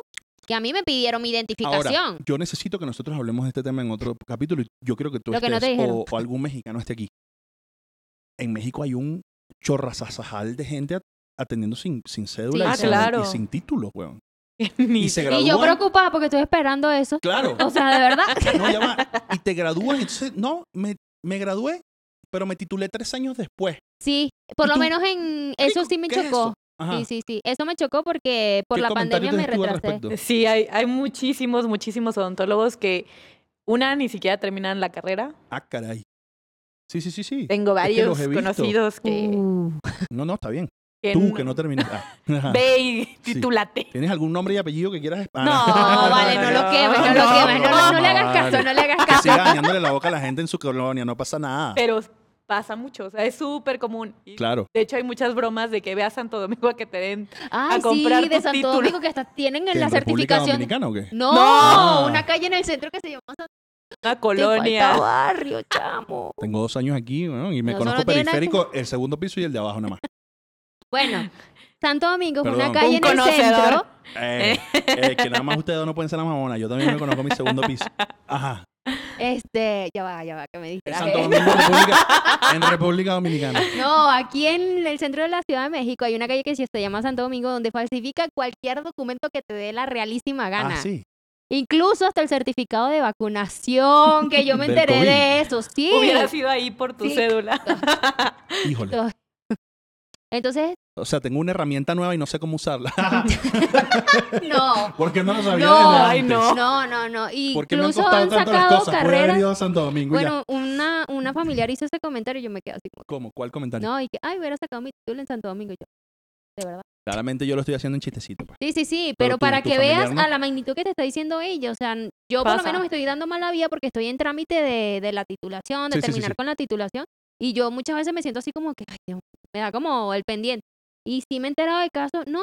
S3: que a mí me pidieron mi identificación.
S2: yo necesito que nosotros hablemos de este tema en otro capítulo y yo creo que tú
S3: Lo que no
S2: estés
S3: te dijeron.
S2: o, o algún mexicano esté aquí. En México hay un chorrazazajal de gente at- atendiendo sin, sin cédula
S3: Sí.
S2: y,
S3: Ah,
S2: sin,
S4: claro.
S2: y sin título, weón.
S4: Ni-
S2: Y se gradúan.
S3: y yo preocupada porque estoy esperando eso.
S2: Claro.
S3: O sea, de verdad.
S2: No, ya va. Y te gradúas. entonces, no, me, me gradué, pero me titulé tres años después.
S3: Sí, por
S2: ¿Y
S3: lo
S2: tú?
S3: menos en eso sí me
S2: ¿Qué es
S3: chocó.
S2: eso? Ajá.
S3: sí, sí, sí. Eso me chocó porque por
S2: ¿Qué
S3: la
S2: comentario
S3: pandemia me
S2: tienes tú al
S3: retrasé.
S2: respecto?
S4: Sí, hay, hay muchísimos, muchísimos odontólogos que una ni siquiera terminan la carrera.
S2: Ah, caray. Sí, sí, sí, sí.
S4: Tengo
S2: Es que
S4: varios
S2: los he visto.
S4: conocidos que,
S3: Uh,
S2: No, no, está bien.
S4: que
S2: Tú
S4: n-
S2: que no terminaste. Ah. Ajá.
S4: ve y
S2: Sí.
S4: titúlate.
S2: ¿Tienes algún nombre y apellido que quieras? Ah,
S4: No,
S3: No, vale, no lo quemes, no lo
S4: No,
S3: quemes, no, no, no le hagas
S2: vale.
S3: caso, no le hagas
S2: Que
S3: caso.
S2: siga dañándole la boca a la gente en su colonia, no pasa nada.
S4: Pero pasa mucho, o sea, es súper común. Y
S2: Claro.
S4: De hecho, hay muchas bromas de que ve a Santo Domingo a que te den.
S3: Ay,
S4: comprar
S3: sí, de
S4: tu
S3: Santo
S4: título.
S3: Domingo que hasta tienen en
S2: ¿Que
S3: la
S2: en República
S3: certificación.
S2: Dominicana o qué?
S3: No,
S2: No.
S3: una calle en el centro que se llama Santo
S4: Una
S3: Te falta
S4: colonia.
S3: barrio, chamo.
S2: Tengo dos años aquí bueno, y me
S3: No, eso
S2: conozco
S3: no tiene nada que-
S2: periférico, el segundo piso y el de abajo nada más.
S3: Bueno, Santo Domingo es
S2: Perdón.
S3: una calle
S4: Un
S3: en el
S4: conocedor.
S3: centro.
S2: Eh, eh, que nada más ustedes dos no pueden ser la mamona. Yo también me conozco mi segundo piso. Ajá.
S3: Este, ya va, ya va, que me
S2: En
S3: distraje.
S2: Santo Domingo, República, en República Dominicana.
S3: No, aquí en el centro de la Ciudad de México hay una calle que se llama Santo Domingo donde falsifica cualquier documento que te dé la realísima gana.
S2: Ah, sí.
S3: Incluso hasta el certificado de vacunación, que yo me
S2: Del
S3: enteré
S2: COVID.
S3: de eso, sí.
S4: Hubiera sido ahí por tu
S3: Sí.
S4: cédula.
S2: Híjole.
S3: Entonces,
S2: O sea, tengo una herramienta nueva y no sé cómo usarla.
S3: no.
S2: ¿Por qué no lo sabía
S3: No,
S2: desde antes?
S4: ay, no.
S3: No, no, no.
S2: ¿Por qué me han
S3: Incluso
S2: costado
S3: han
S2: tanto las
S3: sacado
S2: cosas? Pude haber
S3: carreras.
S2: ido a Santo Domingo y ya.
S3: Bueno, una, una familiar hizo ese comentario y yo me quedé así como,
S2: ¿Cómo? ¿Cuál comentario?
S3: no, y que, ay, hubiera sacado mi título en Santo Domingo. Y Yo, de verdad.
S2: Claramente yo lo estoy haciendo en chistecito. pues.
S3: Sí, sí, sí,
S2: Pero
S3: pero,
S2: tu-
S3: para
S2: tu
S3: que veas
S2: familiar no.
S3: a la magnitud que te está diciendo ella, o sea, n- yo por lo
S4: Pasa.
S3: menos me estoy dando mala vía porque estoy en trámite de, de la titulación, de
S2: Sí, sí, sí,
S3: terminar
S2: sí.
S3: con la titulación, y yo muchas veces me siento así como que, ay, Dios, me da como el pendiente. Y sí me he enterado de casos, no,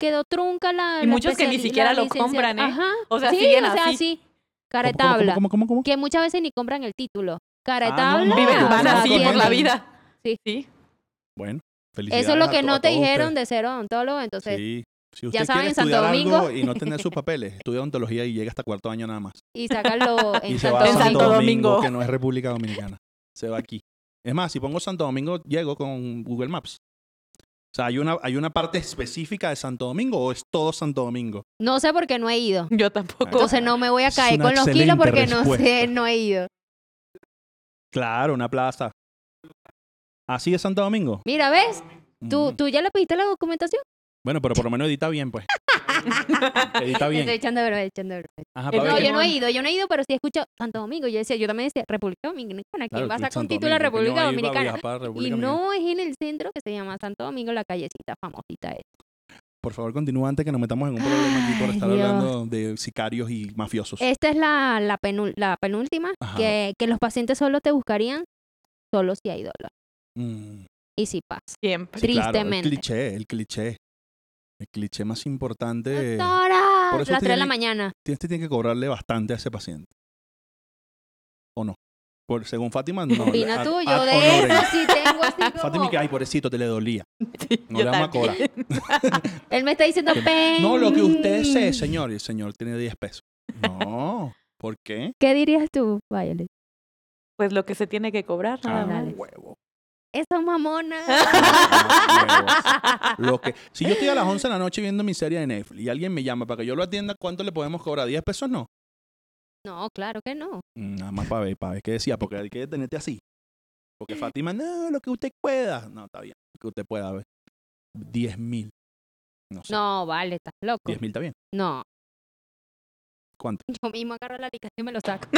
S3: quedó trunca la...
S4: Y
S3: la
S4: muchos que ni
S3: especiali-
S4: siquiera
S3: la
S4: lo
S3: licenciatura.
S4: compran, ¿eh?
S3: Ajá,
S4: O sea,
S3: sí,
S4: siguen
S3: o sea,
S4: así.
S3: sí,
S2: ¿Cómo,
S3: cara de
S2: cómo,
S3: tabla,
S2: ¿Cómo, cómo, cómo?
S3: que muchas veces ni compran el título, cara de
S2: Ah, no,
S3: tabla.
S4: Viven,
S2: Ah,
S4: van
S2: no,
S4: así por la
S2: totalmente.
S4: vida.
S3: Sí.
S4: Sí.
S2: Bueno, felicidades.
S3: Eso es lo
S2: a
S3: que
S2: to- a
S3: no te
S2: todos
S3: dijeron
S2: ustedes.
S3: de ser odontólogo, entonces
S2: Sí. Si usted
S3: ya saben,
S2: quiere
S3: Santo
S2: estudiar algo
S3: Domingo.
S2: y no tener sus papeles, estudia odontología y llega hasta cuarto año nada más.
S3: y sácalo en
S2: y se
S3: Santo
S2: va a Santo
S4: Domingo. En Santo
S2: Domingo,
S4: Domingo.
S2: que no es República Dominicana. Se va aquí. Es más, si pongo Santo Domingo, llego con Google Maps. O sea, ¿hay una, ¿hay una parte específica de Santo Domingo o es todo Santo Domingo?
S3: No sé por qué no he ido.
S4: Yo tampoco.
S3: Entonces no me voy a
S2: Es
S3: caer
S2: una
S3: con los kilos
S2: excelente
S3: porque no sé,
S2: respuesta.
S3: no he ido.
S2: Claro, una plaza. Así es Santo Domingo.
S3: Mira, ¿ves? ¿Tú,
S2: Mm.
S3: ¿Tú ya le pediste la documentación?
S2: Bueno, pero por lo menos edita bien, pues. edita bien.
S3: Estoy echando broma, echando broma.
S2: Ajá,
S4: Pero
S2: para
S3: No,
S2: ver
S3: yo
S2: qué-
S3: no he ido, yo no he ido, pero sí he escuchado Santo Domingo. Yo decía, yo también decía República Dominicana. ¿Quién
S2: Claro,
S3: va a sacar un
S2: Santo
S3: título a
S2: Domingo, coño,
S3: República
S2: ahí va a
S3: Dominicana?
S2: viajar para
S3: Y
S2: República Dominicana.
S3: no es en el centro que se llama Santo Domingo, la callecita famosita es.
S2: Por favor, continúa antes que nos metamos en un problema aquí por
S3: Ay,
S2: estar
S3: Dios. Eh,
S2: hablando de sicarios y mafiosos.
S3: Esta es la, la, penul- la penúltima,
S2: Ajá.
S3: que, que los pacientes solo te buscarían solo si hay dolor
S2: Mm.
S3: y si pasa.
S4: Siempre.
S2: Sí, claro,
S3: Tristemente.
S2: el cliché, el cliché. El cliché más importante.
S3: Doctora,
S2: por
S3: las
S2: eso
S3: 3 de la
S2: tiene-
S3: mañana.
S2: Tienes tiene que cobrarle bastante a ese paciente. ¿O no? Por, según Fátima, no.
S3: Opina
S2: ad-
S3: tú, yo
S2: ad
S3: de
S2: honorem.
S3: eso sí tengo así como-
S2: Fátima, y que, ay, pobrecito, te le dolía.
S4: Sí,
S2: No
S4: yo
S2: le vamos a
S4: también.
S3: Él me está diciendo pen.
S2: No, lo que usted sé, señor. Y el señor tiene 10 pesos. No. ¿Por qué?
S3: ¿Qué dirías tú, Violet?
S4: Pues lo que se tiene que cobrar, nada
S3: Ah,
S4: más.
S3: dale.
S2: huevo.
S3: Esa mamona.
S2: Ah, huevos. Lo que, si yo estoy a las 11 de la noche viendo mi serie de Netflix y alguien me llama para que yo lo atienda, ¿cuánto le podemos cobrar? ¿10 pesos? No.
S3: No, claro que no.
S2: Mm, Nada más para ver, para ver qué decía, porque hay que detenerte así. Porque Fátima, no, lo que usted pueda. No, está bien. Lo que usted pueda, a ver. 10 mil. No sé.
S3: No, vale, estás loco.
S2: 10 mil está bien.
S3: No.
S2: ¿Cuánto?
S3: Yo mismo agarro la lica y me lo saco.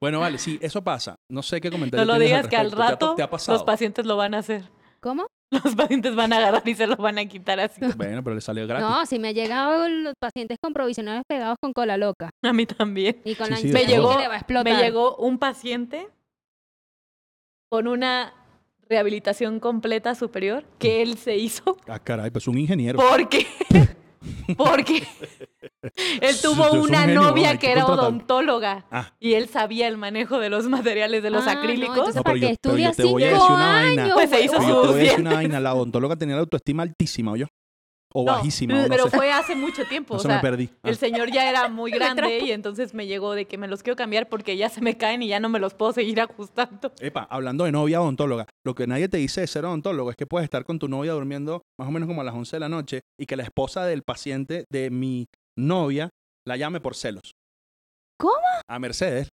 S2: Bueno, vale, sí, eso pasa. No sé qué
S4: No
S2: comentario.
S4: lo
S2: tienes
S4: digas que al
S2: respecto. ¿Te ha to-
S4: rato
S2: te ha
S4: los
S2: pasado.
S4: pacientes lo van a hacer.
S3: ¿Cómo?
S4: Los pacientes van a agarrar y se lo van a quitar así.
S2: Bueno, pero le salió gratis.
S3: No, si me ha llegado los pacientes con provisionales pegados con cola loca.
S4: A mí también.
S3: Y con
S2: Sí,
S3: la
S2: sí, de
S3: ansiedad
S4: todo.
S3: que le va a explotar.
S4: Me llegó un paciente con una rehabilitación completa superior que él se hizo
S2: Ah, caray, pues un ingeniero.
S4: porque porque él tuvo
S2: Es un
S4: una
S2: genio, hay
S4: novia
S2: que
S4: que era
S2: contratarlo.
S4: odontóloga
S2: Ah.
S4: y él sabía el manejo de los materiales de los
S3: Ah, no,
S4: acrílicos.
S3: entonces,
S2: No, pero
S3: para
S2: yo-
S3: que
S2: pero yo
S3: estudia
S2: te voy a
S3: cinco
S2: decir una vaina.
S3: años,
S4: Pues se hizo
S2: Oye, yo
S3: huevón.
S2: te voy a decir
S4: Sucia.
S2: una vaina. La odontóloga tenía la autoestima altísima, yo. O
S4: No,
S2: bajísima, o no
S4: pero
S2: sé.
S4: fue hace mucho tiempo.
S2: No
S4: o
S2: se me
S4: sea,
S2: perdí. Ah,
S4: el señor ya era muy grande
S3: atrapó.
S4: y entonces me llegó de que me los quiero cambiar porque ya se me caen y ya no me los puedo seguir ajustando.
S2: Epa, hablando de novia odontóloga, lo que nadie te dice de ser odontólogo es que puedes estar con tu novia durmiendo más o menos como a las 11 de la noche y que la esposa del paciente de mi novia la llame por celos.
S3: ¿Cómo?
S2: A Mercedes.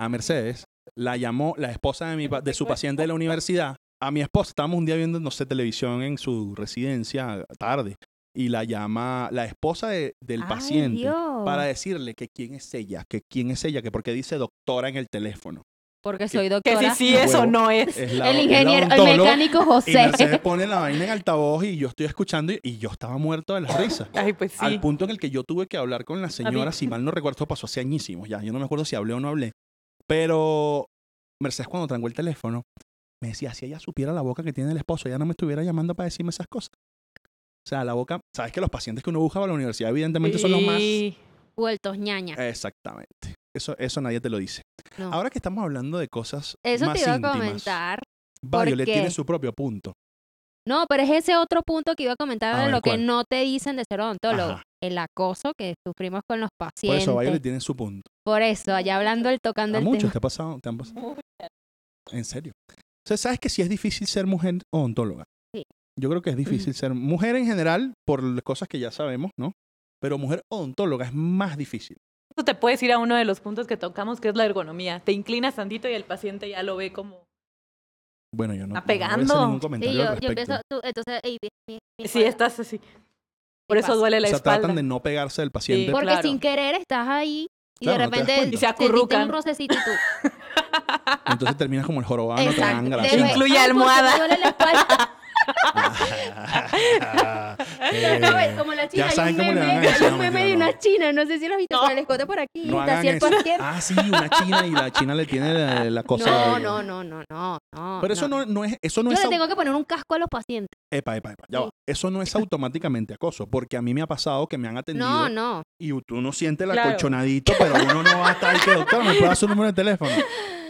S2: A Mercedes. La llamó la esposa de, mi, pa- de su paciente de la universidad. A mi esposa, estábamos un día viendo, no sé, televisión en su residencia tarde. Y la llama la esposa de- del
S3: Ay,
S2: paciente
S3: Dios.
S2: para decirle que quién es ella, que quién es ella, que porque dice doctora en el teléfono.
S3: Porque soy
S4: Que si
S3: doctora.
S4: sí es o
S2: Huevo.
S4: no es.
S2: Es la- es
S3: El
S2: la
S3: ingeniero, el
S2: odontóloga.
S3: mecánico
S2: Y
S3: José.
S2: Mercedes pone la vaina en altavoz y yo estoy escuchando y, y yo estaba muerto de la risa.
S4: Ay, pues sí.
S2: Al punto en el que yo tuve que hablar con la señora, si mal no recuerdo, esto pasó hace añísimos ya. Yo no me acuerdo si hablé o no hablé. Pero Mercedes cuando trancó el teléfono, me decía, si ella supiera la boca que tiene el esposo, ella no me estuviera llamando para decirme esas cosas. O sea, la boca, sabes que los pacientes que uno busca para la universidad evidentemente son los más...
S4: Sí.
S3: Vueltos ñaña.
S2: Exactamente. Eso, eso nadie te lo dice.
S3: No.
S2: Ahora que estamos hablando de cosas
S3: Eso
S2: más
S3: te iba a
S2: íntimas,
S3: comentar.
S2: Violet
S3: porque-
S2: tiene su propio punto.
S3: No, pero es ese otro punto que iba a comentar
S2: A
S3: de
S2: ver,
S3: lo que
S2: ¿cuál?
S3: no te dicen de ser odontólogo.
S2: Ajá.
S3: El acoso que sufrimos con los
S2: Por
S3: pacientes.
S2: eso Violet tiene su punto.
S3: Por eso, allá hablando el tocando
S2: A
S3: el
S2: muchos
S3: tema.
S2: te ha pasado, te han pasado. En serio. O sea, sabes que sí es difícil ser mujer odontóloga.
S3: Sí. Mm.
S2: Yo creo que es difícil ser mujer en general por las cosas que ya sabemos, ¿no? Pero mujer odontóloga es más difícil.
S4: Tú te puedes ir a uno de los puntos que tocamos, que es la ergonomía. Te inclinas tantito y el paciente ya lo ve como...
S2: Bueno, yo no.
S4: Está
S2: No voy a hacer
S4: pegando.
S2: ningún
S3: Sí,
S2: comentario
S3: yo,
S2: al
S3: yo
S2: respecto.
S3: empiezo, tú- entonces, ey, mi- mi- mi
S4: Sí,
S3: cola.
S4: estás así. Por
S3: Sí
S4: eso
S3: pasa.
S4: duele
S2: o
S4: la
S2: sea,
S4: espalda.
S2: tratan de no pegarse del paciente.
S4: Por-
S3: Porque
S4: claro.
S3: sin querer estás ahí y
S2: Claro,
S3: de
S2: no te das
S3: repente
S2: cuenta.
S4: Y se
S3: sentiste
S4: acurrucan.
S3: un rocecito y tú.
S2: Entonces terminas como el jorobado, Ah, no te
S3: Exacto.
S2: dan
S3: Te ve-
S2: gracia.
S4: Incluye
S3: "Ay, porque me
S4: almohada".
S3: duele la espalda.
S2: Eh,
S3: ¿Sabes? pues, Como la china.
S2: ya
S3: hay
S2: saben
S3: un
S2: cómo le van a
S3: meme-
S2: decir,
S3: Hay
S2: no,
S3: un meme
S2: mentira,
S3: de
S2: no.
S3: una china. No sé si lo has visto,
S4: No.
S3: pero les corto por aquí.
S2: no
S3: está
S2: hagan
S3: así el
S2: eso.
S3: paciente.
S2: Ah, sí, una china y la china le tiene la, la cosa.
S3: No, no, no, no, no. no
S2: Pero eso no, no es, eso no
S3: Yo
S2: es
S3: le tengo que poner un casco a los pacientes.
S2: Epa, epa, epa, ya
S3: Sí.
S2: va. Eso no es automáticamente acoso, porque a mí me ha pasado que me han atendido
S3: No, no.
S2: y u- tú no sientes el
S4: Claro.
S2: acolchonadito, pero uno no va a estar ahí que, doctor, me puede dar su número de teléfono.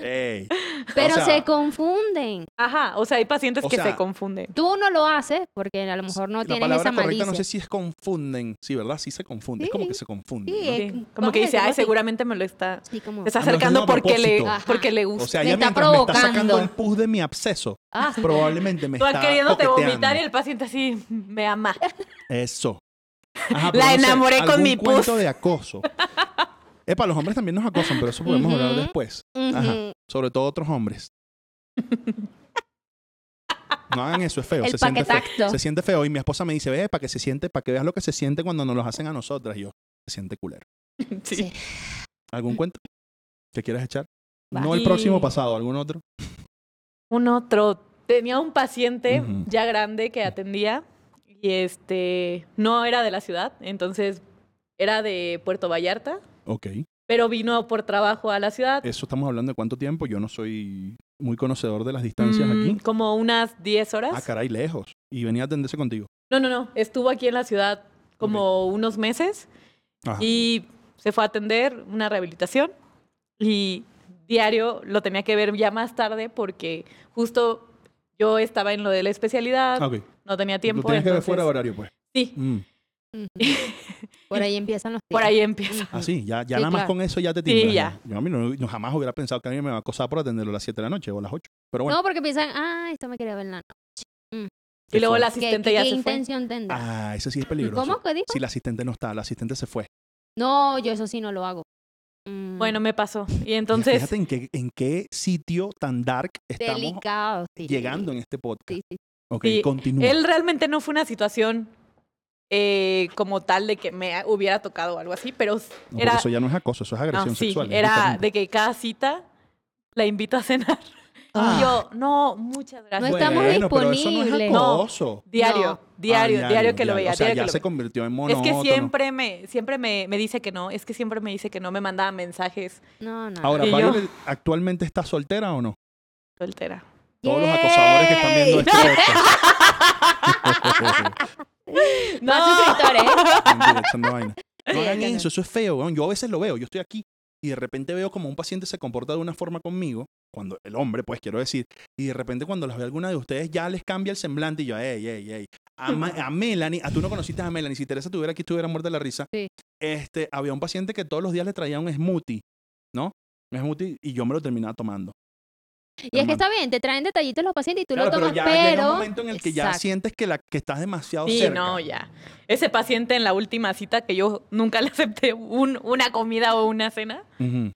S2: Ey.
S3: Pero
S2: O sea,
S3: se confunden.
S4: Ajá, o sea, hay pacientes
S2: O
S4: que
S2: sea,
S4: se confunden.
S3: Tú no lo haces porque a lo mejor no
S2: la
S3: tienes
S2: palabra
S3: esa
S2: correcta
S3: malicia.
S2: no sé si es confunden. Sí, ¿verdad? Sí se confunde. Es como
S3: Sí.
S2: que se confunden.
S3: Sí,
S2: ¿no?
S3: eh,
S4: Sí, Como
S3: vamos
S4: que
S3: a
S4: dice, ay,
S3: decirlo así.
S4: seguramente me lo está...
S3: Sí, como-
S4: Se está
S2: Ah, me lo
S4: acercando
S2: hicieron a
S4: porque le,
S2: propósito.
S4: porque le gusta.
S2: O sea,
S3: Me
S2: ella
S3: está
S2: mientras me está sacando
S3: provocando.
S2: el pus de mi absceso,
S3: Ah, sí.
S2: probablemente me
S4: Tú
S2: está
S4: queriéndote
S2: coqueteando.
S4: vomitar y el paciente así, me ama.
S2: Eso. Ajá,
S4: La
S2: pero no sé,
S4: enamoré con
S2: algún
S4: mi pus.
S2: cuento de acoso. Epa, los hombres también nos acosan, pero eso podemos hablar
S3: Ujú.
S2: después.
S3: Ujú.
S2: Ajá. Sobre todo otros hombres. No hagan eso, es feo.
S3: El
S2: se, siente feo.
S3: paquetacto.
S2: se siente feo. Y mi esposa me dice, ve, para que se siente, para que veas lo que se siente cuando nos los hacen a nosotras. Y yo, se siente culero.
S3: Sí.
S4: Mm.
S2: ¿Algún cuento que quieras echar?
S3: Va.
S2: No el
S4: Y-
S2: próximo pasado, algún otro.
S4: un otro. Tenía un paciente
S2: Ujú.
S4: ya grande que atendía y este no era de la ciudad, entonces era de Puerto Vallarta,
S2: Ok.
S4: pero vino por trabajo a la ciudad.
S2: Eso estamos hablando de cuánto tiempo. Yo no soy muy conocedor de las distancias
S4: mm,
S2: aquí.
S4: Como unas 10
S2: Ah,
S4: horas.
S2: caray, lejos. Y venía a atenderse contigo.
S4: no, no, no. Estuvo aquí en la ciudad como unos meses
S2: Ajá.
S4: y se fue a atender una rehabilitación y diario lo tenía que ver ya más tarde porque justo yo estaba en lo de la especialidad,
S2: Ah, ok.
S4: no tenía
S2: Lo
S4: tiempo.
S2: tienes que ver
S4: entonces-
S2: fuera de horario, pues.
S4: Sí,
S2: Mm.
S3: Por ahí empiezan los
S4: por
S3: tiros.
S4: ahí empieza.
S2: Ah, sí, ya, ya
S3: Sí,
S2: nada más
S3: claro.
S2: con eso ya te
S4: Sí,
S2: timbras,
S4: ya.
S2: Yo a mí no, no jamás hubiera pensado que alguien me va a acosar por atenderlo a las 7 de la noche o a las 8. Pero bueno.
S3: No, porque piensan, ah, esto me quería ver en la noche.
S4: Y luego
S2: fue.
S4: la
S3: ¿Qué-
S4: asistente
S3: qué,
S4: ya
S3: qué
S4: se fue.
S3: intención tendrá?
S2: Ah, eso sí es peligroso.
S3: ¿Cómo que dijo?
S2: Si la asistente no está, la asistente se fue.
S3: No, yo eso sí no lo hago. Mm,
S4: Bueno, me pasó. Y
S2: Mira,
S4: entonces,
S2: Fíjate en qué, en qué sitio tan dark estamos
S3: delicado. sí.
S2: llegando en este podcast.
S3: Sí, sí.
S2: Ok,
S4: Sí,
S2: continúa.
S4: él realmente no fue una situación eh, como tal de que me hubiera tocado o algo así, pero
S2: No, porque
S4: era,
S2: eso ya no es acoso, eso es
S4: no,
S2: agresión
S4: sí,
S2: sexual. es
S4: era
S2: diferente.
S4: de que cada cita la invito a cenar.
S2: Ah.
S4: Y yo, no, muchas gracias.
S3: No estamos
S2: bueno, pero eso no es
S3: disponibles.
S4: No.
S2: acoso.
S4: Diario,
S3: No.
S4: diario,
S2: Ah,
S4: diario, que lo veía.
S2: O sea, ya
S4: diario que lo
S2: se
S4: veía.
S2: convirtió en
S4: Es
S2: monótono.
S4: que siempre me, siempre me, me dice que no, es que siempre me dice que no, me mandaba mensajes
S3: No, no.
S2: Ahora,
S4: Y yo-
S2: Violet, ¿actualmente está soltera o no?
S4: soltera.
S2: Todos los acosadores que están viendo este podcast.
S3: No,
S2: ¡Ah!
S3: suscriptores. ¿eh?
S2: Están directando vaina. No
S3: Sí,
S2: hagan
S3: hay que
S2: eso, eso es feo. weón. Yo a veces lo veo, yo estoy aquí y de repente veo como un paciente se comporta de una forma conmigo, cuando el hombre, pues quiero decir, y de repente cuando las veo a alguna de ustedes ya les cambia el semblante y yo, ey, ey, ey. A, Ma- a Melanie, a tú no conociste a Melanie, si Teresa estuviera aquí estuviera muerta de la risa.
S3: Sí.
S2: Este, había un paciente que todos los días le traía un smoothie, ¿no? Un smoothie y yo me lo terminaba tomando.
S3: Y es que está bien, te traen detallitos los pacientes y tú
S2: Claro,
S3: lo tomas,
S2: pero ya llega un momento en el que ya
S3: Exacto.
S2: sientes que, la, que estás demasiado
S4: Sí,
S2: cerca.
S4: no, ya. Ese paciente en la última cita que yo nunca le acepté un- una comida o una cena,
S2: Ujú.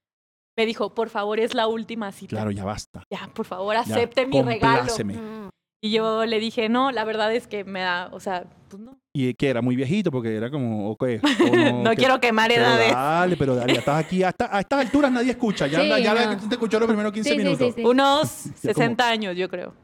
S4: me dijo, por favor, es la última cita.
S2: Claro, ya basta.
S4: Ya, por favor,
S2: Ya,
S4: acepte mi regalo.
S2: compláceme.
S3: No.
S4: Y yo le dije, no, la verdad es que me da, o sea, pues no,
S2: y que era muy viejito porque era como, ok, o
S4: no,
S2: que-
S4: quiero quemar
S2: pero
S4: edades.
S2: Dale, pero dale, ya estás aquí, hasta, a estas alturas nadie escucha, ya,
S3: Sí,
S2: la- ya la
S3: no.
S2: gente te escuchó los primeros 15
S3: Sí, sí,
S2: minutos.
S3: sí, sí.
S4: Unos
S2: como-
S4: 60 años, yo creo.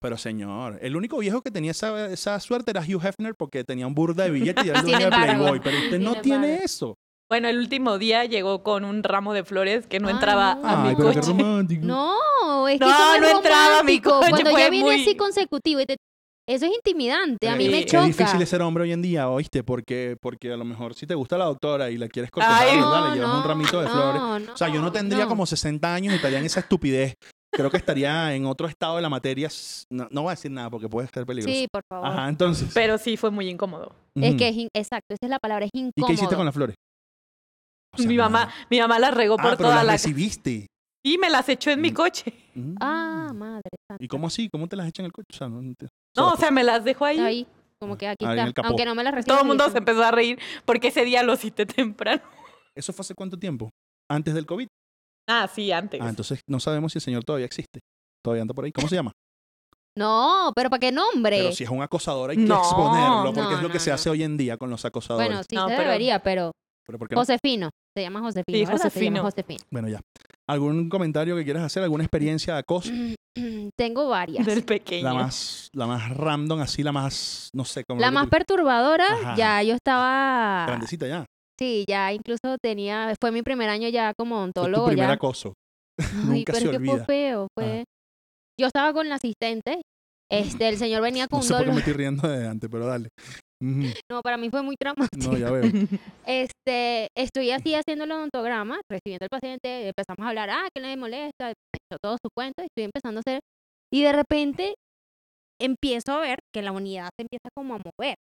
S2: Pero señor, el único viejo que tenía esa, esa suerte era Hugh Hefner porque tenía un burda de billetes y era el
S3: Sin
S2: dueño de
S3: embargo.
S2: Playboy, pero usted
S3: Sin
S2: no tiene
S3: embargo.
S2: eso.
S4: Bueno, el último día llegó con un ramo de flores que no
S3: Ay,
S4: entraba
S3: Ah, no.
S4: a mi
S2: Ay, pero qué
S4: coche.
S2: romántico.
S3: No, es que
S4: No,
S3: eso
S4: no
S3: es
S4: entraba a mi
S3: romántico.
S4: coche,
S3: Cuando
S4: fue
S3: ya viene
S4: muy-
S3: así consecutivo, y te- eso es intimidante. A mí
S4: Eh,
S3: me
S4: qué
S2: Qué
S3: choca.
S2: difícil es ser hombre hoy en día, ¿oíste? Porque, porque a lo mejor si te gusta la doctora y la quieres cortejar,
S4: Ay.
S2: pues
S4: No,
S2: dale, llevas un ramito de
S3: no,
S2: flores.
S3: no,
S2: O sea, yo no tendría
S3: no.
S2: como 60 años y estaría en esa estupidez. Creo que estaría en otro estado de la materia. S- No, no voy a decir nada porque puede ser peligroso.
S3: Sí, por favor.
S2: Ajá, entonces.
S4: Pero sí fue muy incómodo.
S3: Es
S2: Ujú.
S3: que es in- exacto, esa es la palabra, es incómodo.
S2: ¿Y qué hiciste con las flores? O sea,
S4: mi mamá,
S2: nada.
S4: mi mamá las regó
S2: Ah,
S4: por
S2: pero
S4: toda
S2: las
S4: la
S2: recibiste.
S4: y me las echó en mi
S2: Mm.
S4: coche.
S2: Mm.
S3: Ah, madre. santa.
S2: ¿Y cómo así? ¿Cómo te las echan en el coche? O sea, no, entiendo.
S4: No, o sea, me las dejó ahí.
S3: Está Ahí, como que aquí
S2: Ahí en
S3: está.
S2: el capó.
S3: Aunque no pues me la reciban.
S4: Todo el mundo se empezó a reír porque ese día lo cité temprano.
S2: ¿Eso fue hace cuánto tiempo? ¿Antes del COVID?
S4: Ah, sí, antes.
S2: Ah, entonces no sabemos si el señor todavía existe. Todavía anda por ahí. ¿Cómo se llama?
S3: No, pero ¿para qué nombre?
S2: Pero si es un acosador hay que
S4: No.
S2: exponerlo porque
S3: No,
S2: es lo que
S3: no,
S2: se
S3: no.
S2: hace hoy en día con los acosadores.
S3: bueno, sí
S4: No,
S3: se
S4: pero-
S3: debería, pero
S2: Pero ¿por qué no?
S3: Josefino. Se llama Josefino.
S4: Sí,
S3: ¿verdad? Se llama
S4: Josefino.
S3: Josefino.
S2: Bueno, ya. ¿Algún comentario que quieras hacer? ¿Alguna experiencia de acoso?
S3: Tengo varias.
S4: Del pequeño.
S2: La más, la más random, así, la más, no sé, como
S3: La
S2: lo que
S3: más
S2: tú-
S3: perturbadora,
S2: Ajá.
S3: ya yo estaba.
S2: grandecita ya.
S3: Sí, ya incluso tenía. Fue mi primer año ya como
S2: Fue
S3: odontólogo.
S2: tu primer
S3: ya.
S2: acoso.
S3: Ay,
S2: Nunca
S3: pero
S2: se
S3: es que fue
S2: olvida.
S3: feo. Fue... Yo estaba con la asistente. Este, el señor venía con
S2: No
S3: un
S2: sé por qué
S3: dolor.
S2: me estoy riendo de antes, pero dale. Ujú.
S3: No, para mí fue muy traumático.
S2: No, ya veo.
S3: Este, estoy así haciendo el odontograma, recibiendo al paciente, empezamos a hablar, ah, que le molesta, yo todo su cuento, y estoy empezando a hacer, y de repente empiezo a ver que la unidad se empieza como a mover.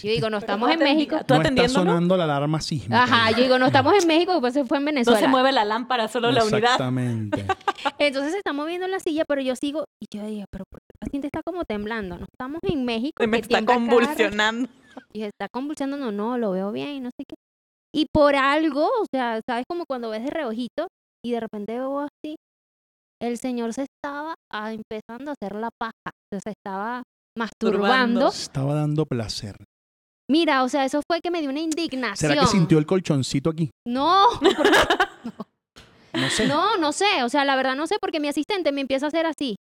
S3: Yo digo, no estamos en México.
S4: Tú
S2: no está
S4: atendiéndolo?
S2: sonando la alarma sísmica.
S3: Ajá, yo digo, no estamos en México, que pues se fue en
S4: No
S3: Venezuela.
S4: se mueve la lámpara, solo la unidad.
S2: Exactamente.
S3: Entonces se está moviendo la silla, pero yo sigo, y yo digo, pero ¿por qué el paciente está como temblando? No estamos en México.
S4: Me
S3: que tiembla
S4: está
S3: cada rato".
S4: convulsionando.
S3: Y está convulsando, no, no, lo veo bien, no sé qué. Y por algo, o sea, sabes como cuando ves de reojito y de repente veo así el señor se estaba ah, empezando a hacer la paja, o sea, se estaba masturbando.
S4: Turbando.
S2: Estaba dando placer.
S3: Mira, o sea, eso fue que me dio una indignación.
S2: ¿Será que sintió el colchoncito aquí?
S3: No,
S2: No sé.
S3: no, no sé, o sea, la verdad no sé porque mi asistente me empieza a hacer así.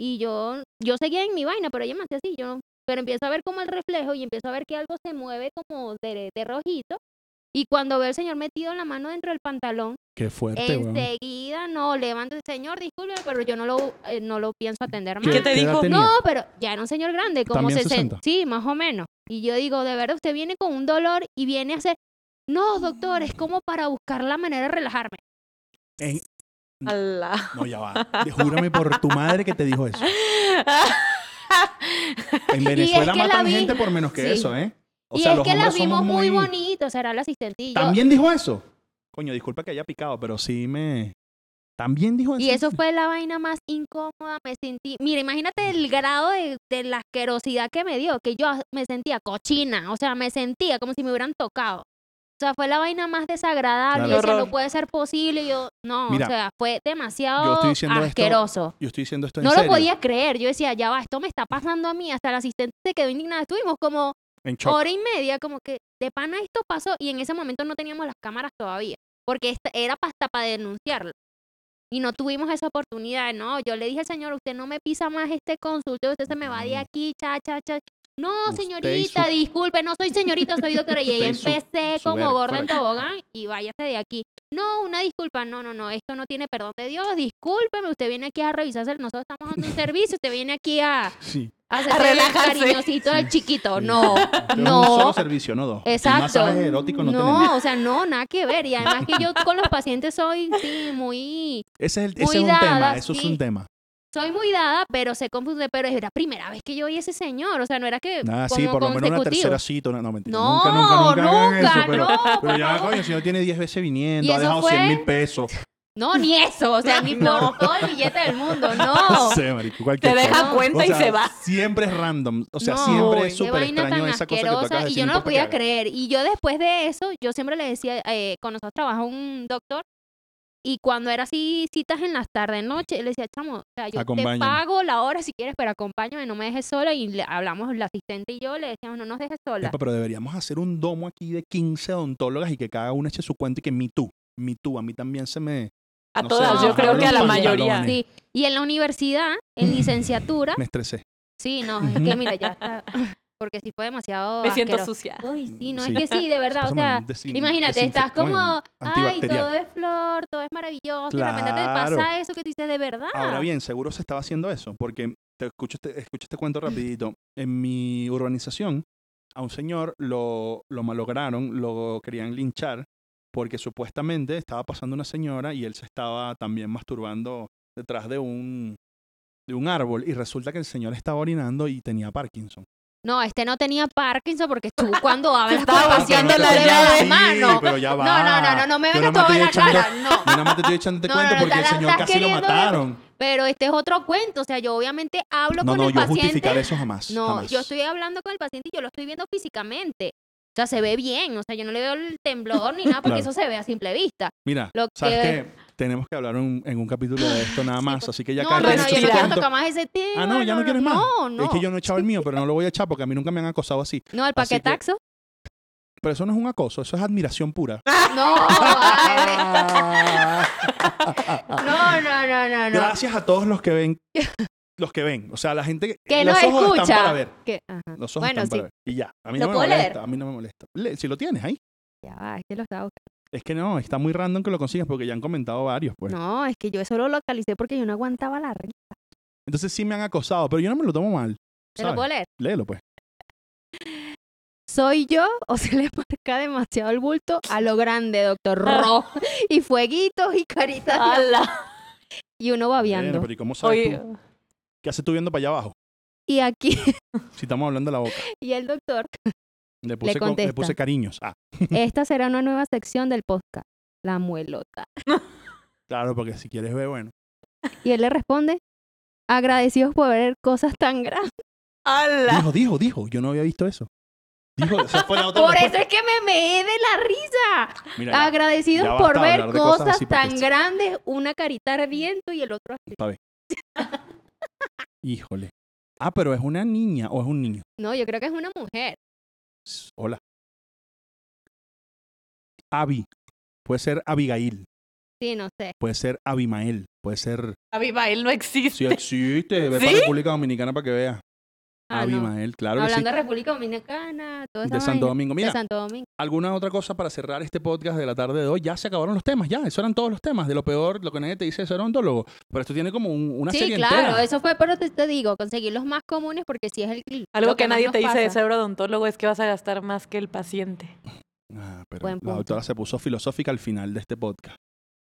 S3: Y yo yo seguía en mi vaina, pero ella me hacía así, yo pero empiezo a ver como el reflejo y empiezo a ver que algo se mueve como de, de rojito. Y cuando veo al señor metido la mano dentro del pantalón,
S2: Qué
S3: Este,
S2: fuerte, weón.
S3: enseguida no levanto el señor, disculpe, pero yo no lo eh, no lo pienso atender más.
S4: ¿Qué te
S2: edad
S4: dijo?
S2: tenía?
S3: No, pero ya era un señor grande, como
S2: También
S3: 60.
S2: 60.
S3: Sí, más o menos. Y yo digo, de verdad, usted viene con un dolor y viene a hacer. No, doctor, es como para buscar la manera de relajarme.
S2: En-
S4: Ala.
S2: No, ya va. Júrame por tu madre que te dijo eso. En Venezuela
S3: que la
S2: matan
S3: vi-
S2: gente por menos que
S3: Sí.
S2: eso, ¿eh? O
S3: y
S2: sea,
S3: es
S2: los
S3: que la
S2: hombres somos
S3: vimos muy bonita, o sea, era la asistente. Y, yo-
S2: ¿También dijo eso? Coño, disculpa que haya picado, pero sí me... ¿También dijo eso?
S3: y eso fue la vaina más incómoda. Me sentí. Mira, imagínate el grado de, de la asquerosidad que me dio, que yo me sentía cochina, o sea, me sentía como si me hubieran tocado. O sea, fue la vaina más desagradable.
S2: Claro.
S3: Yo decía,
S4: Horror.
S3: no puede ser posible. y Yo, no,
S2: Mira,
S3: o sea, fue
S2: yo
S3: demasiado
S2: estoy diciendo esto
S3: asqueroso.
S2: Yo estoy diciendo esto en
S3: No
S2: serio.
S3: lo podía creer. Yo decía, ya va, esto me está pasando a mí. Hasta el asistente se quedó indignada. Estuvimos como
S2: En shock.
S3: hora y media, como que de pana esto pasó. Y en ese momento no teníamos las cámaras todavía. Porque esta- era hasta para denunciarlo. Y no tuvimos esa oportunidad. No, yo le dije al señor, usted no me pisa más este consultorio. Usted se me va de
S2: Mm.
S3: aquí, cha, cha, cha. No,
S2: Usted y
S3: señorita,
S2: su-
S3: disculpe, no soy señorita, soy doctora. Y ahí
S2: Usted y su-
S3: empecé
S2: su
S3: como
S2: verga,
S3: gorda en
S2: correcto.
S3: tobogán y váyase de aquí. No, una disculpa, no, no, no, esto no tiene perdón de Dios, discúlpeme, usted viene aquí a revisarse, nosotros estamos dando un servicio, usted viene aquí a,
S2: Sí.
S3: a hacer
S4: relajarse.
S3: cariñosito al chiquito,
S2: Sí.
S3: no,
S2: Esto es Un
S3: no.
S2: solo servicio, no dos. Y
S3: Exacto.
S2: masajes eróticos no, tenemos.
S3: No, o sea, no, nada que ver. Y además que yo con los pacientes soy, sí, muy,
S2: Ese es, el,
S3: Muy
S2: ese es un
S3: dadas,
S2: tema, eso es
S3: sí.
S2: un tema.
S3: soy muy dada, pero se confunde, pero era la primera vez que yo oí a ese señor, o sea, no era que
S2: Nada,
S3: como
S2: Ah, sí, por lo menos una
S3: consecutivo.
S2: tercera cita. una- No, mentira.
S3: No,
S2: nunca, nunca, nunca, hagan
S3: nunca,
S2: eso, pero,
S3: no,
S2: pero
S3: por
S2: ya,
S3: favor.
S2: coño, si no tiene 10 veces
S3: Y
S2: viniendo, ha
S3: eso
S2: dejado
S3: fue-
S2: 100 mil pesos.
S3: No, ni eso, o sea, ni por todo el billete del mundo, no.
S2: No sé, marico, cualquier
S4: Te deja
S2: cosa.
S3: No.
S4: cuenta
S2: O sea,
S4: y se va.
S2: Siempre es random. O sea,
S3: No,
S2: siempre es
S3: qué
S2: súper
S3: vaina
S2: extraño
S3: tan
S2: esa cosa que tú acabas
S3: asquerosa
S2: de
S3: y
S2: decir,
S3: yo no lo
S2: importa
S3: podía
S2: que hagas.
S3: creer. Y yo después de eso, yo siempre le decía, eh, con nosotros trabaja un doctor y cuando era así citas en las tardes, noche, le decía, chamo, o sea, yo
S2: Acompáñame.
S3: te pago la hora si quieres, pero acompáñame, no me dejes sola. Y le hablamos, la asistente y yo le decíamos, no nos dejes sola.
S2: Epa, pero deberíamos hacer un domo aquí de 15 odontólogas y que cada una eche su cuenta y que me tú, me tú, a mí también se me...
S4: A
S2: No sé,
S4: todas, yo
S3: bajaron
S4: creo que a la
S3: los
S4: mayoría.
S2: pantalones.
S3: Sí. Y en la universidad, en licenciatura,
S2: me estresé.
S3: sí, no, es que mira, ya está, porque sí fue demasiado
S4: Me siento
S3: asqueroso.
S4: sucia.
S3: Uy, sí, no,
S2: Sí.
S3: es que sí, de verdad, o
S2: Pásame
S3: sea,
S2: un desin-
S3: Imagínate, estás
S2: desinfectante,
S3: como, ay,
S2: antibacterial.
S3: todo es flor, todo es maravilloso, y de repente te
S2: Claro.
S3: pasa eso que tú dices de verdad.
S2: Ahora bien, seguro se estaba haciendo eso, porque te escucho este, escucho este cuento rapidito. En mi urbanización, a un señor lo, lo malograron, lo querían linchar, porque supuestamente estaba pasando una señora y él se estaba también masturbando detrás de un, de un árbol, y resulta que el señor estaba orinando y tenía Parkinson.
S3: No, este no tenía Parkinson porque tú cuando hablas
S4: estaba
S2: Ah,
S3: con
S4: vaciando
S3: pacientes
S4: la
S3: tú le das
S4: llave.
S3: la mano.
S2: Sí, pero ya pues, va.
S3: No, no, no, no, no me
S2: Yo
S3: vengas
S2: nomás
S3: todo en la
S2: estoy echando-
S3: cara, no.
S2: yo nada más te estoy echando este
S3: No, no,
S2: cuento
S3: no,
S2: porque el
S3: estás-
S2: señor
S3: estás
S2: casi lo
S3: queriendo-
S2: mataron.
S3: Pero este es otro cuento, o sea, yo obviamente hablo
S2: No,
S3: con
S2: no,
S3: el
S2: yo justificar
S3: paciente.
S2: eso jamás.
S3: No,
S2: jamás.
S3: yo estoy hablando con el paciente y yo lo estoy viendo físicamente. O sea, se ve bien, o sea, yo no le veo el temblor ni nada porque
S2: Claro.
S3: eso se ve a simple vista.
S2: Mira,
S3: Lo
S2: ¿sabes
S3: que- pues.
S2: qué? Tenemos que hablar un- en un capítulo de esto nada más, así que ya
S3: no,
S2: cada
S3: no,
S2: quien
S3: no,
S2: ha
S3: yo
S2: hecho
S3: no
S2: su
S3: quiero
S2: cuento.
S3: tocar más ese tema.
S2: Ah, no, ya no quieres más.
S3: No, no.
S2: Es que yo no he echado el mío, pero no lo voy a echar porque a mí nunca me han acosado así.
S3: No, el
S2: Así que-
S3: paquetaxo.
S2: Pero eso no es un acoso, eso es admiración pura.
S3: No, vale.
S2: Ah.
S3: No, no, no, no, no.
S2: Gracias a todos los que ven, los que ven, o sea, la gente
S3: Que
S2: los
S3: nos
S2: ojos
S3: escucha.
S2: están para ver,
S3: Que- ah, ajá.
S2: los ojos
S3: Bueno,
S2: están para
S3: sí.
S2: ver y ya. A mí
S3: ¿Lo
S2: no me
S3: puedo
S2: molesta,
S3: leer?
S2: a mí no me molesta. Le- si lo tienes ahí,
S3: Ya va, es que lo estaba buscando.
S2: es que no, está muy random que lo consigas porque ya han comentado varios, pues.
S3: No, es que yo eso lo localicé porque yo no aguantaba la risa.
S2: Entonces sí me han acosado, pero yo no me lo tomo mal.
S3: ¿Te lo
S2: ¿sabes?
S3: puedo leer?
S2: Léelo pues.
S3: ¿Soy yo o se le marca demasiado el bulto a lo grande, doctor
S2: Ah.
S3: Ro? y fueguitos y caritas. de-
S4: Ala.
S3: Y uno
S2: Bueno,
S3: babeando.
S2: Ah. pero ¿y cómo sabes
S4: Oye,
S2: tú? ¿Qué haces tú viendo para allá abajo?
S3: Y aquí,
S2: Si estamos hablando de la boca.
S3: y el doctor.
S2: Le puse, con-
S3: contesta.
S2: le puse cariños. Ah,
S3: Esta será una nueva sección del podcast. La muelota.
S2: claro, porque si quieres ver, bueno.
S3: Y él le responde, agradecidos por ver cosas tan grandes.
S4: ala.
S2: Dijo, dijo, dijo. Yo no había visto eso. Dijo, esa fue la otra
S3: Por eso
S2: respuesta.
S3: es que me meé de la risa.
S2: Mira, ya,
S3: Agradecidos
S2: ya basta
S3: por
S2: de
S3: ver
S2: hablar de
S3: cosas,
S2: cosas así porque
S3: tan
S2: sí.
S3: grandes, una carita ardiendo y el otro así.
S2: híjole. Ah, pero es una niña o es un niño.
S3: No, yo creo que es una mujer.
S2: S- Hola. Abby. Puede ser Abigail.
S3: Sí, no sé.
S2: Puede ser Abimael. Puede ser.
S4: Abimael no existe.
S2: Si existe, ve para
S4: ¿Sí?
S2: República Dominicana para que veas.
S3: Ah, no.
S2: Abimael, claro que sí.
S3: Hablando de República Dominicana, todo
S2: De Santo Domingo. Mira,
S3: De Santo Domingo.
S2: ¿Alguna otra cosa para cerrar este podcast de la tarde de hoy? Ya se acabaron los temas, ya. Eso eran todos los temas. De lo peor, lo que nadie te dice, eso era ontólogo. Pero esto tiene como un- una
S3: Sí,
S2: serie
S3: claro,
S2: entera.
S3: eso fue, pero te, te digo, conseguir los más comunes porque si es el
S4: Algo
S3: lo
S4: que, nadie
S3: más
S4: te
S3: nos
S4: dice de
S3: pasa.
S4: ser odontólogo es que vas a gastar más que el paciente.
S2: Ah, pero
S3: Buen
S2: la
S3: punto.
S2: doctora se puso filosófica al final de este podcast.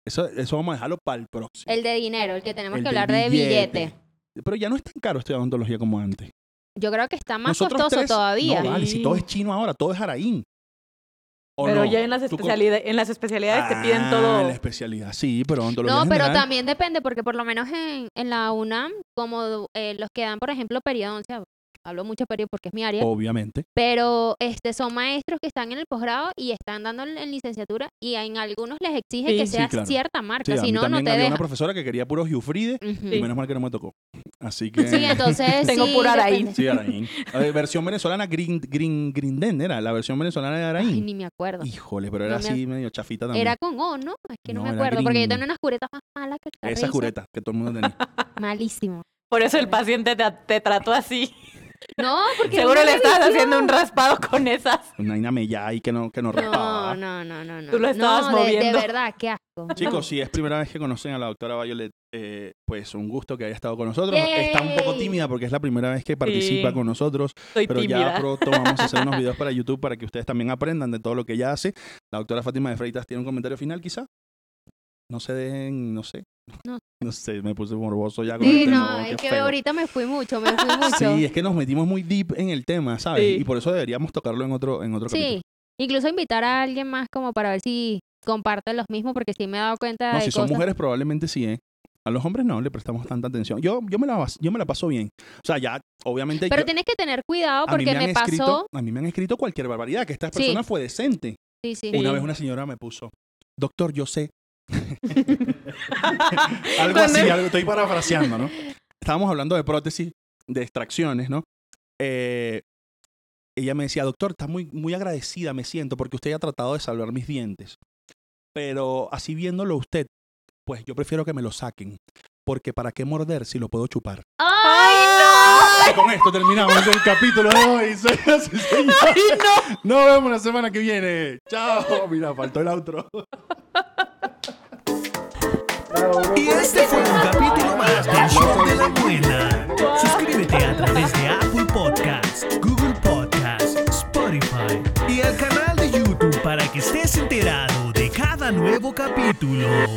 S2: Eso, eso vamos a dejarlo para el próximo.
S3: El de dinero, el que tenemos
S2: El
S3: que
S2: del
S3: hablar de billete.
S2: Pero ya no es tan caro estudiar odontología como antes.
S3: Yo creo que está más
S2: Nosotros
S3: costoso
S2: tres-
S3: todavía.
S2: No, vale, si
S4: Sí.
S2: todo es chino ahora, todo es jaraín. ¿O no?
S4: Pero ya en las,
S2: Tú con-
S4: especialidad- en las especialidades te piden
S2: Ah,
S4: todo.
S2: La especialidad, sí, pero odontología.
S3: No,
S2: en
S3: pero
S2: general-
S3: también depende, porque por lo menos en, en la UNAM, como eh, los que dan, por ejemplo, periodoncia, hablo mucho de periodo porque es mi área,
S2: Obviamente.
S3: pero este son maestros que están en el posgrado y están dando en en licenciatura y en algunos les exige
S4: Sí.
S3: que
S4: Sí,
S3: sea
S2: claro.
S3: cierta
S2: Sí,
S3: marca,
S2: a
S3: si
S2: mí
S3: no, no
S2: también
S3: te
S2: había
S3: dejan.
S2: una profesora que quería puros Giufride
S3: Ujú.
S2: y
S4: Sí.
S2: menos mal que no me tocó. Así que.
S3: Sí, entonces
S4: Tengo
S3: sí,
S4: pura
S3: depende.
S4: Araín.
S2: Sí, Araín. A ver, versión venezolana, Green, Green, Grinden era la versión venezolana de
S3: Ay,
S2: Araín.
S3: ni me acuerdo.
S2: Híjole, pero era
S3: No me
S2: así medio chafita también.
S3: Era con O, ¿no? Es que no,
S2: No,
S3: me
S2: era
S3: acuerdo, porque yo
S2: gringo.
S3: tenía unas curetas más malas que el
S2: Esa
S3: carrizo.
S2: cureta que todo el mundo tenía.
S3: Malísimo.
S4: Por eso el paciente te, te trató así.
S3: No, porque
S4: Seguro
S3: uno
S4: le estabas
S3: visión.
S4: haciendo un raspado con esas.
S2: Una vaina mella ahí que no, que no
S3: No,
S2: raspaba.
S3: no, no, no, no.
S4: Tú lo estabas
S3: no, de- De,
S4: moviendo.
S3: verdad, qué asco.
S2: Chicos, si es primera vez que conocen a la doctora Violet, eh, pues un gusto que haya estado con nosotros.
S3: Yay.
S2: Está un poco tímida porque es la primera vez que participa
S4: Sí.
S2: con nosotros,
S4: Soy
S2: pero ya
S4: tímida.
S2: pronto vamos a hacer unos videos para YouTube para que ustedes también aprendan de todo lo que ella hace. La doctora Fátima de Freitas tiene un comentario final, quizá. No se dejen, no sé.
S3: No.
S2: No sé, me puse morboso ya con el
S3: Sí,
S2: tema,
S3: no,
S2: weón,
S3: es
S2: qué
S3: que
S2: feo.
S3: ahorita me fui mucho, me fui mucho.
S2: Sí, es que nos metimos muy deep en el tema, ¿sabes?
S4: Sí.
S2: Y por eso deberíamos tocarlo en otro, en otro
S3: Sí,
S2: capítulo.
S3: incluso invitar a alguien más como para ver si comparten los mismos, porque sí me he dado cuenta
S2: No,
S3: de
S2: si son
S3: cosas.
S2: mujeres probablemente sí, ¿eh? A los hombres no le prestamos tanta atención. Yo, yo, me la, bas- yo me la paso bien. O sea, ya, obviamente...
S3: Pero
S2: yo-
S3: tienes que tener cuidado
S2: a mí
S3: porque
S2: han
S3: me,
S2: escrito-
S3: pasó.
S2: a mí me han escrito cualquier barbaridad, que esta
S3: Sí.
S2: persona fue decente.
S3: Sí, sí.
S2: Una vez una señora me puso, doctor, yo sé. algo
S4: Cuando-
S2: así, algo, estoy parafraseando, ¿no? Estábamos hablando de prótesis, de extracciones, ¿no? Eh, ella me decía, doctor, está muy, muy agradecida, me siento, porque usted ha tratado de salvar mis dientes. Pero así viéndolo usted, pues yo prefiero que me lo saquen. Porque ¿para qué morder si lo puedo chupar?
S3: ¡Ay,
S2: Y con esto terminamos el capítulo de hoy. señoras y señores. Nos vemos la semana que viene. Chao. Mira, faltó el outro.
S1: Y este fue un capítulo más del Show de la Buena. Suscríbete a través de Apple Podcasts, Google Podcasts, Spotify y al canal de YouTube para que estés enterado de cada nuevo capítulo.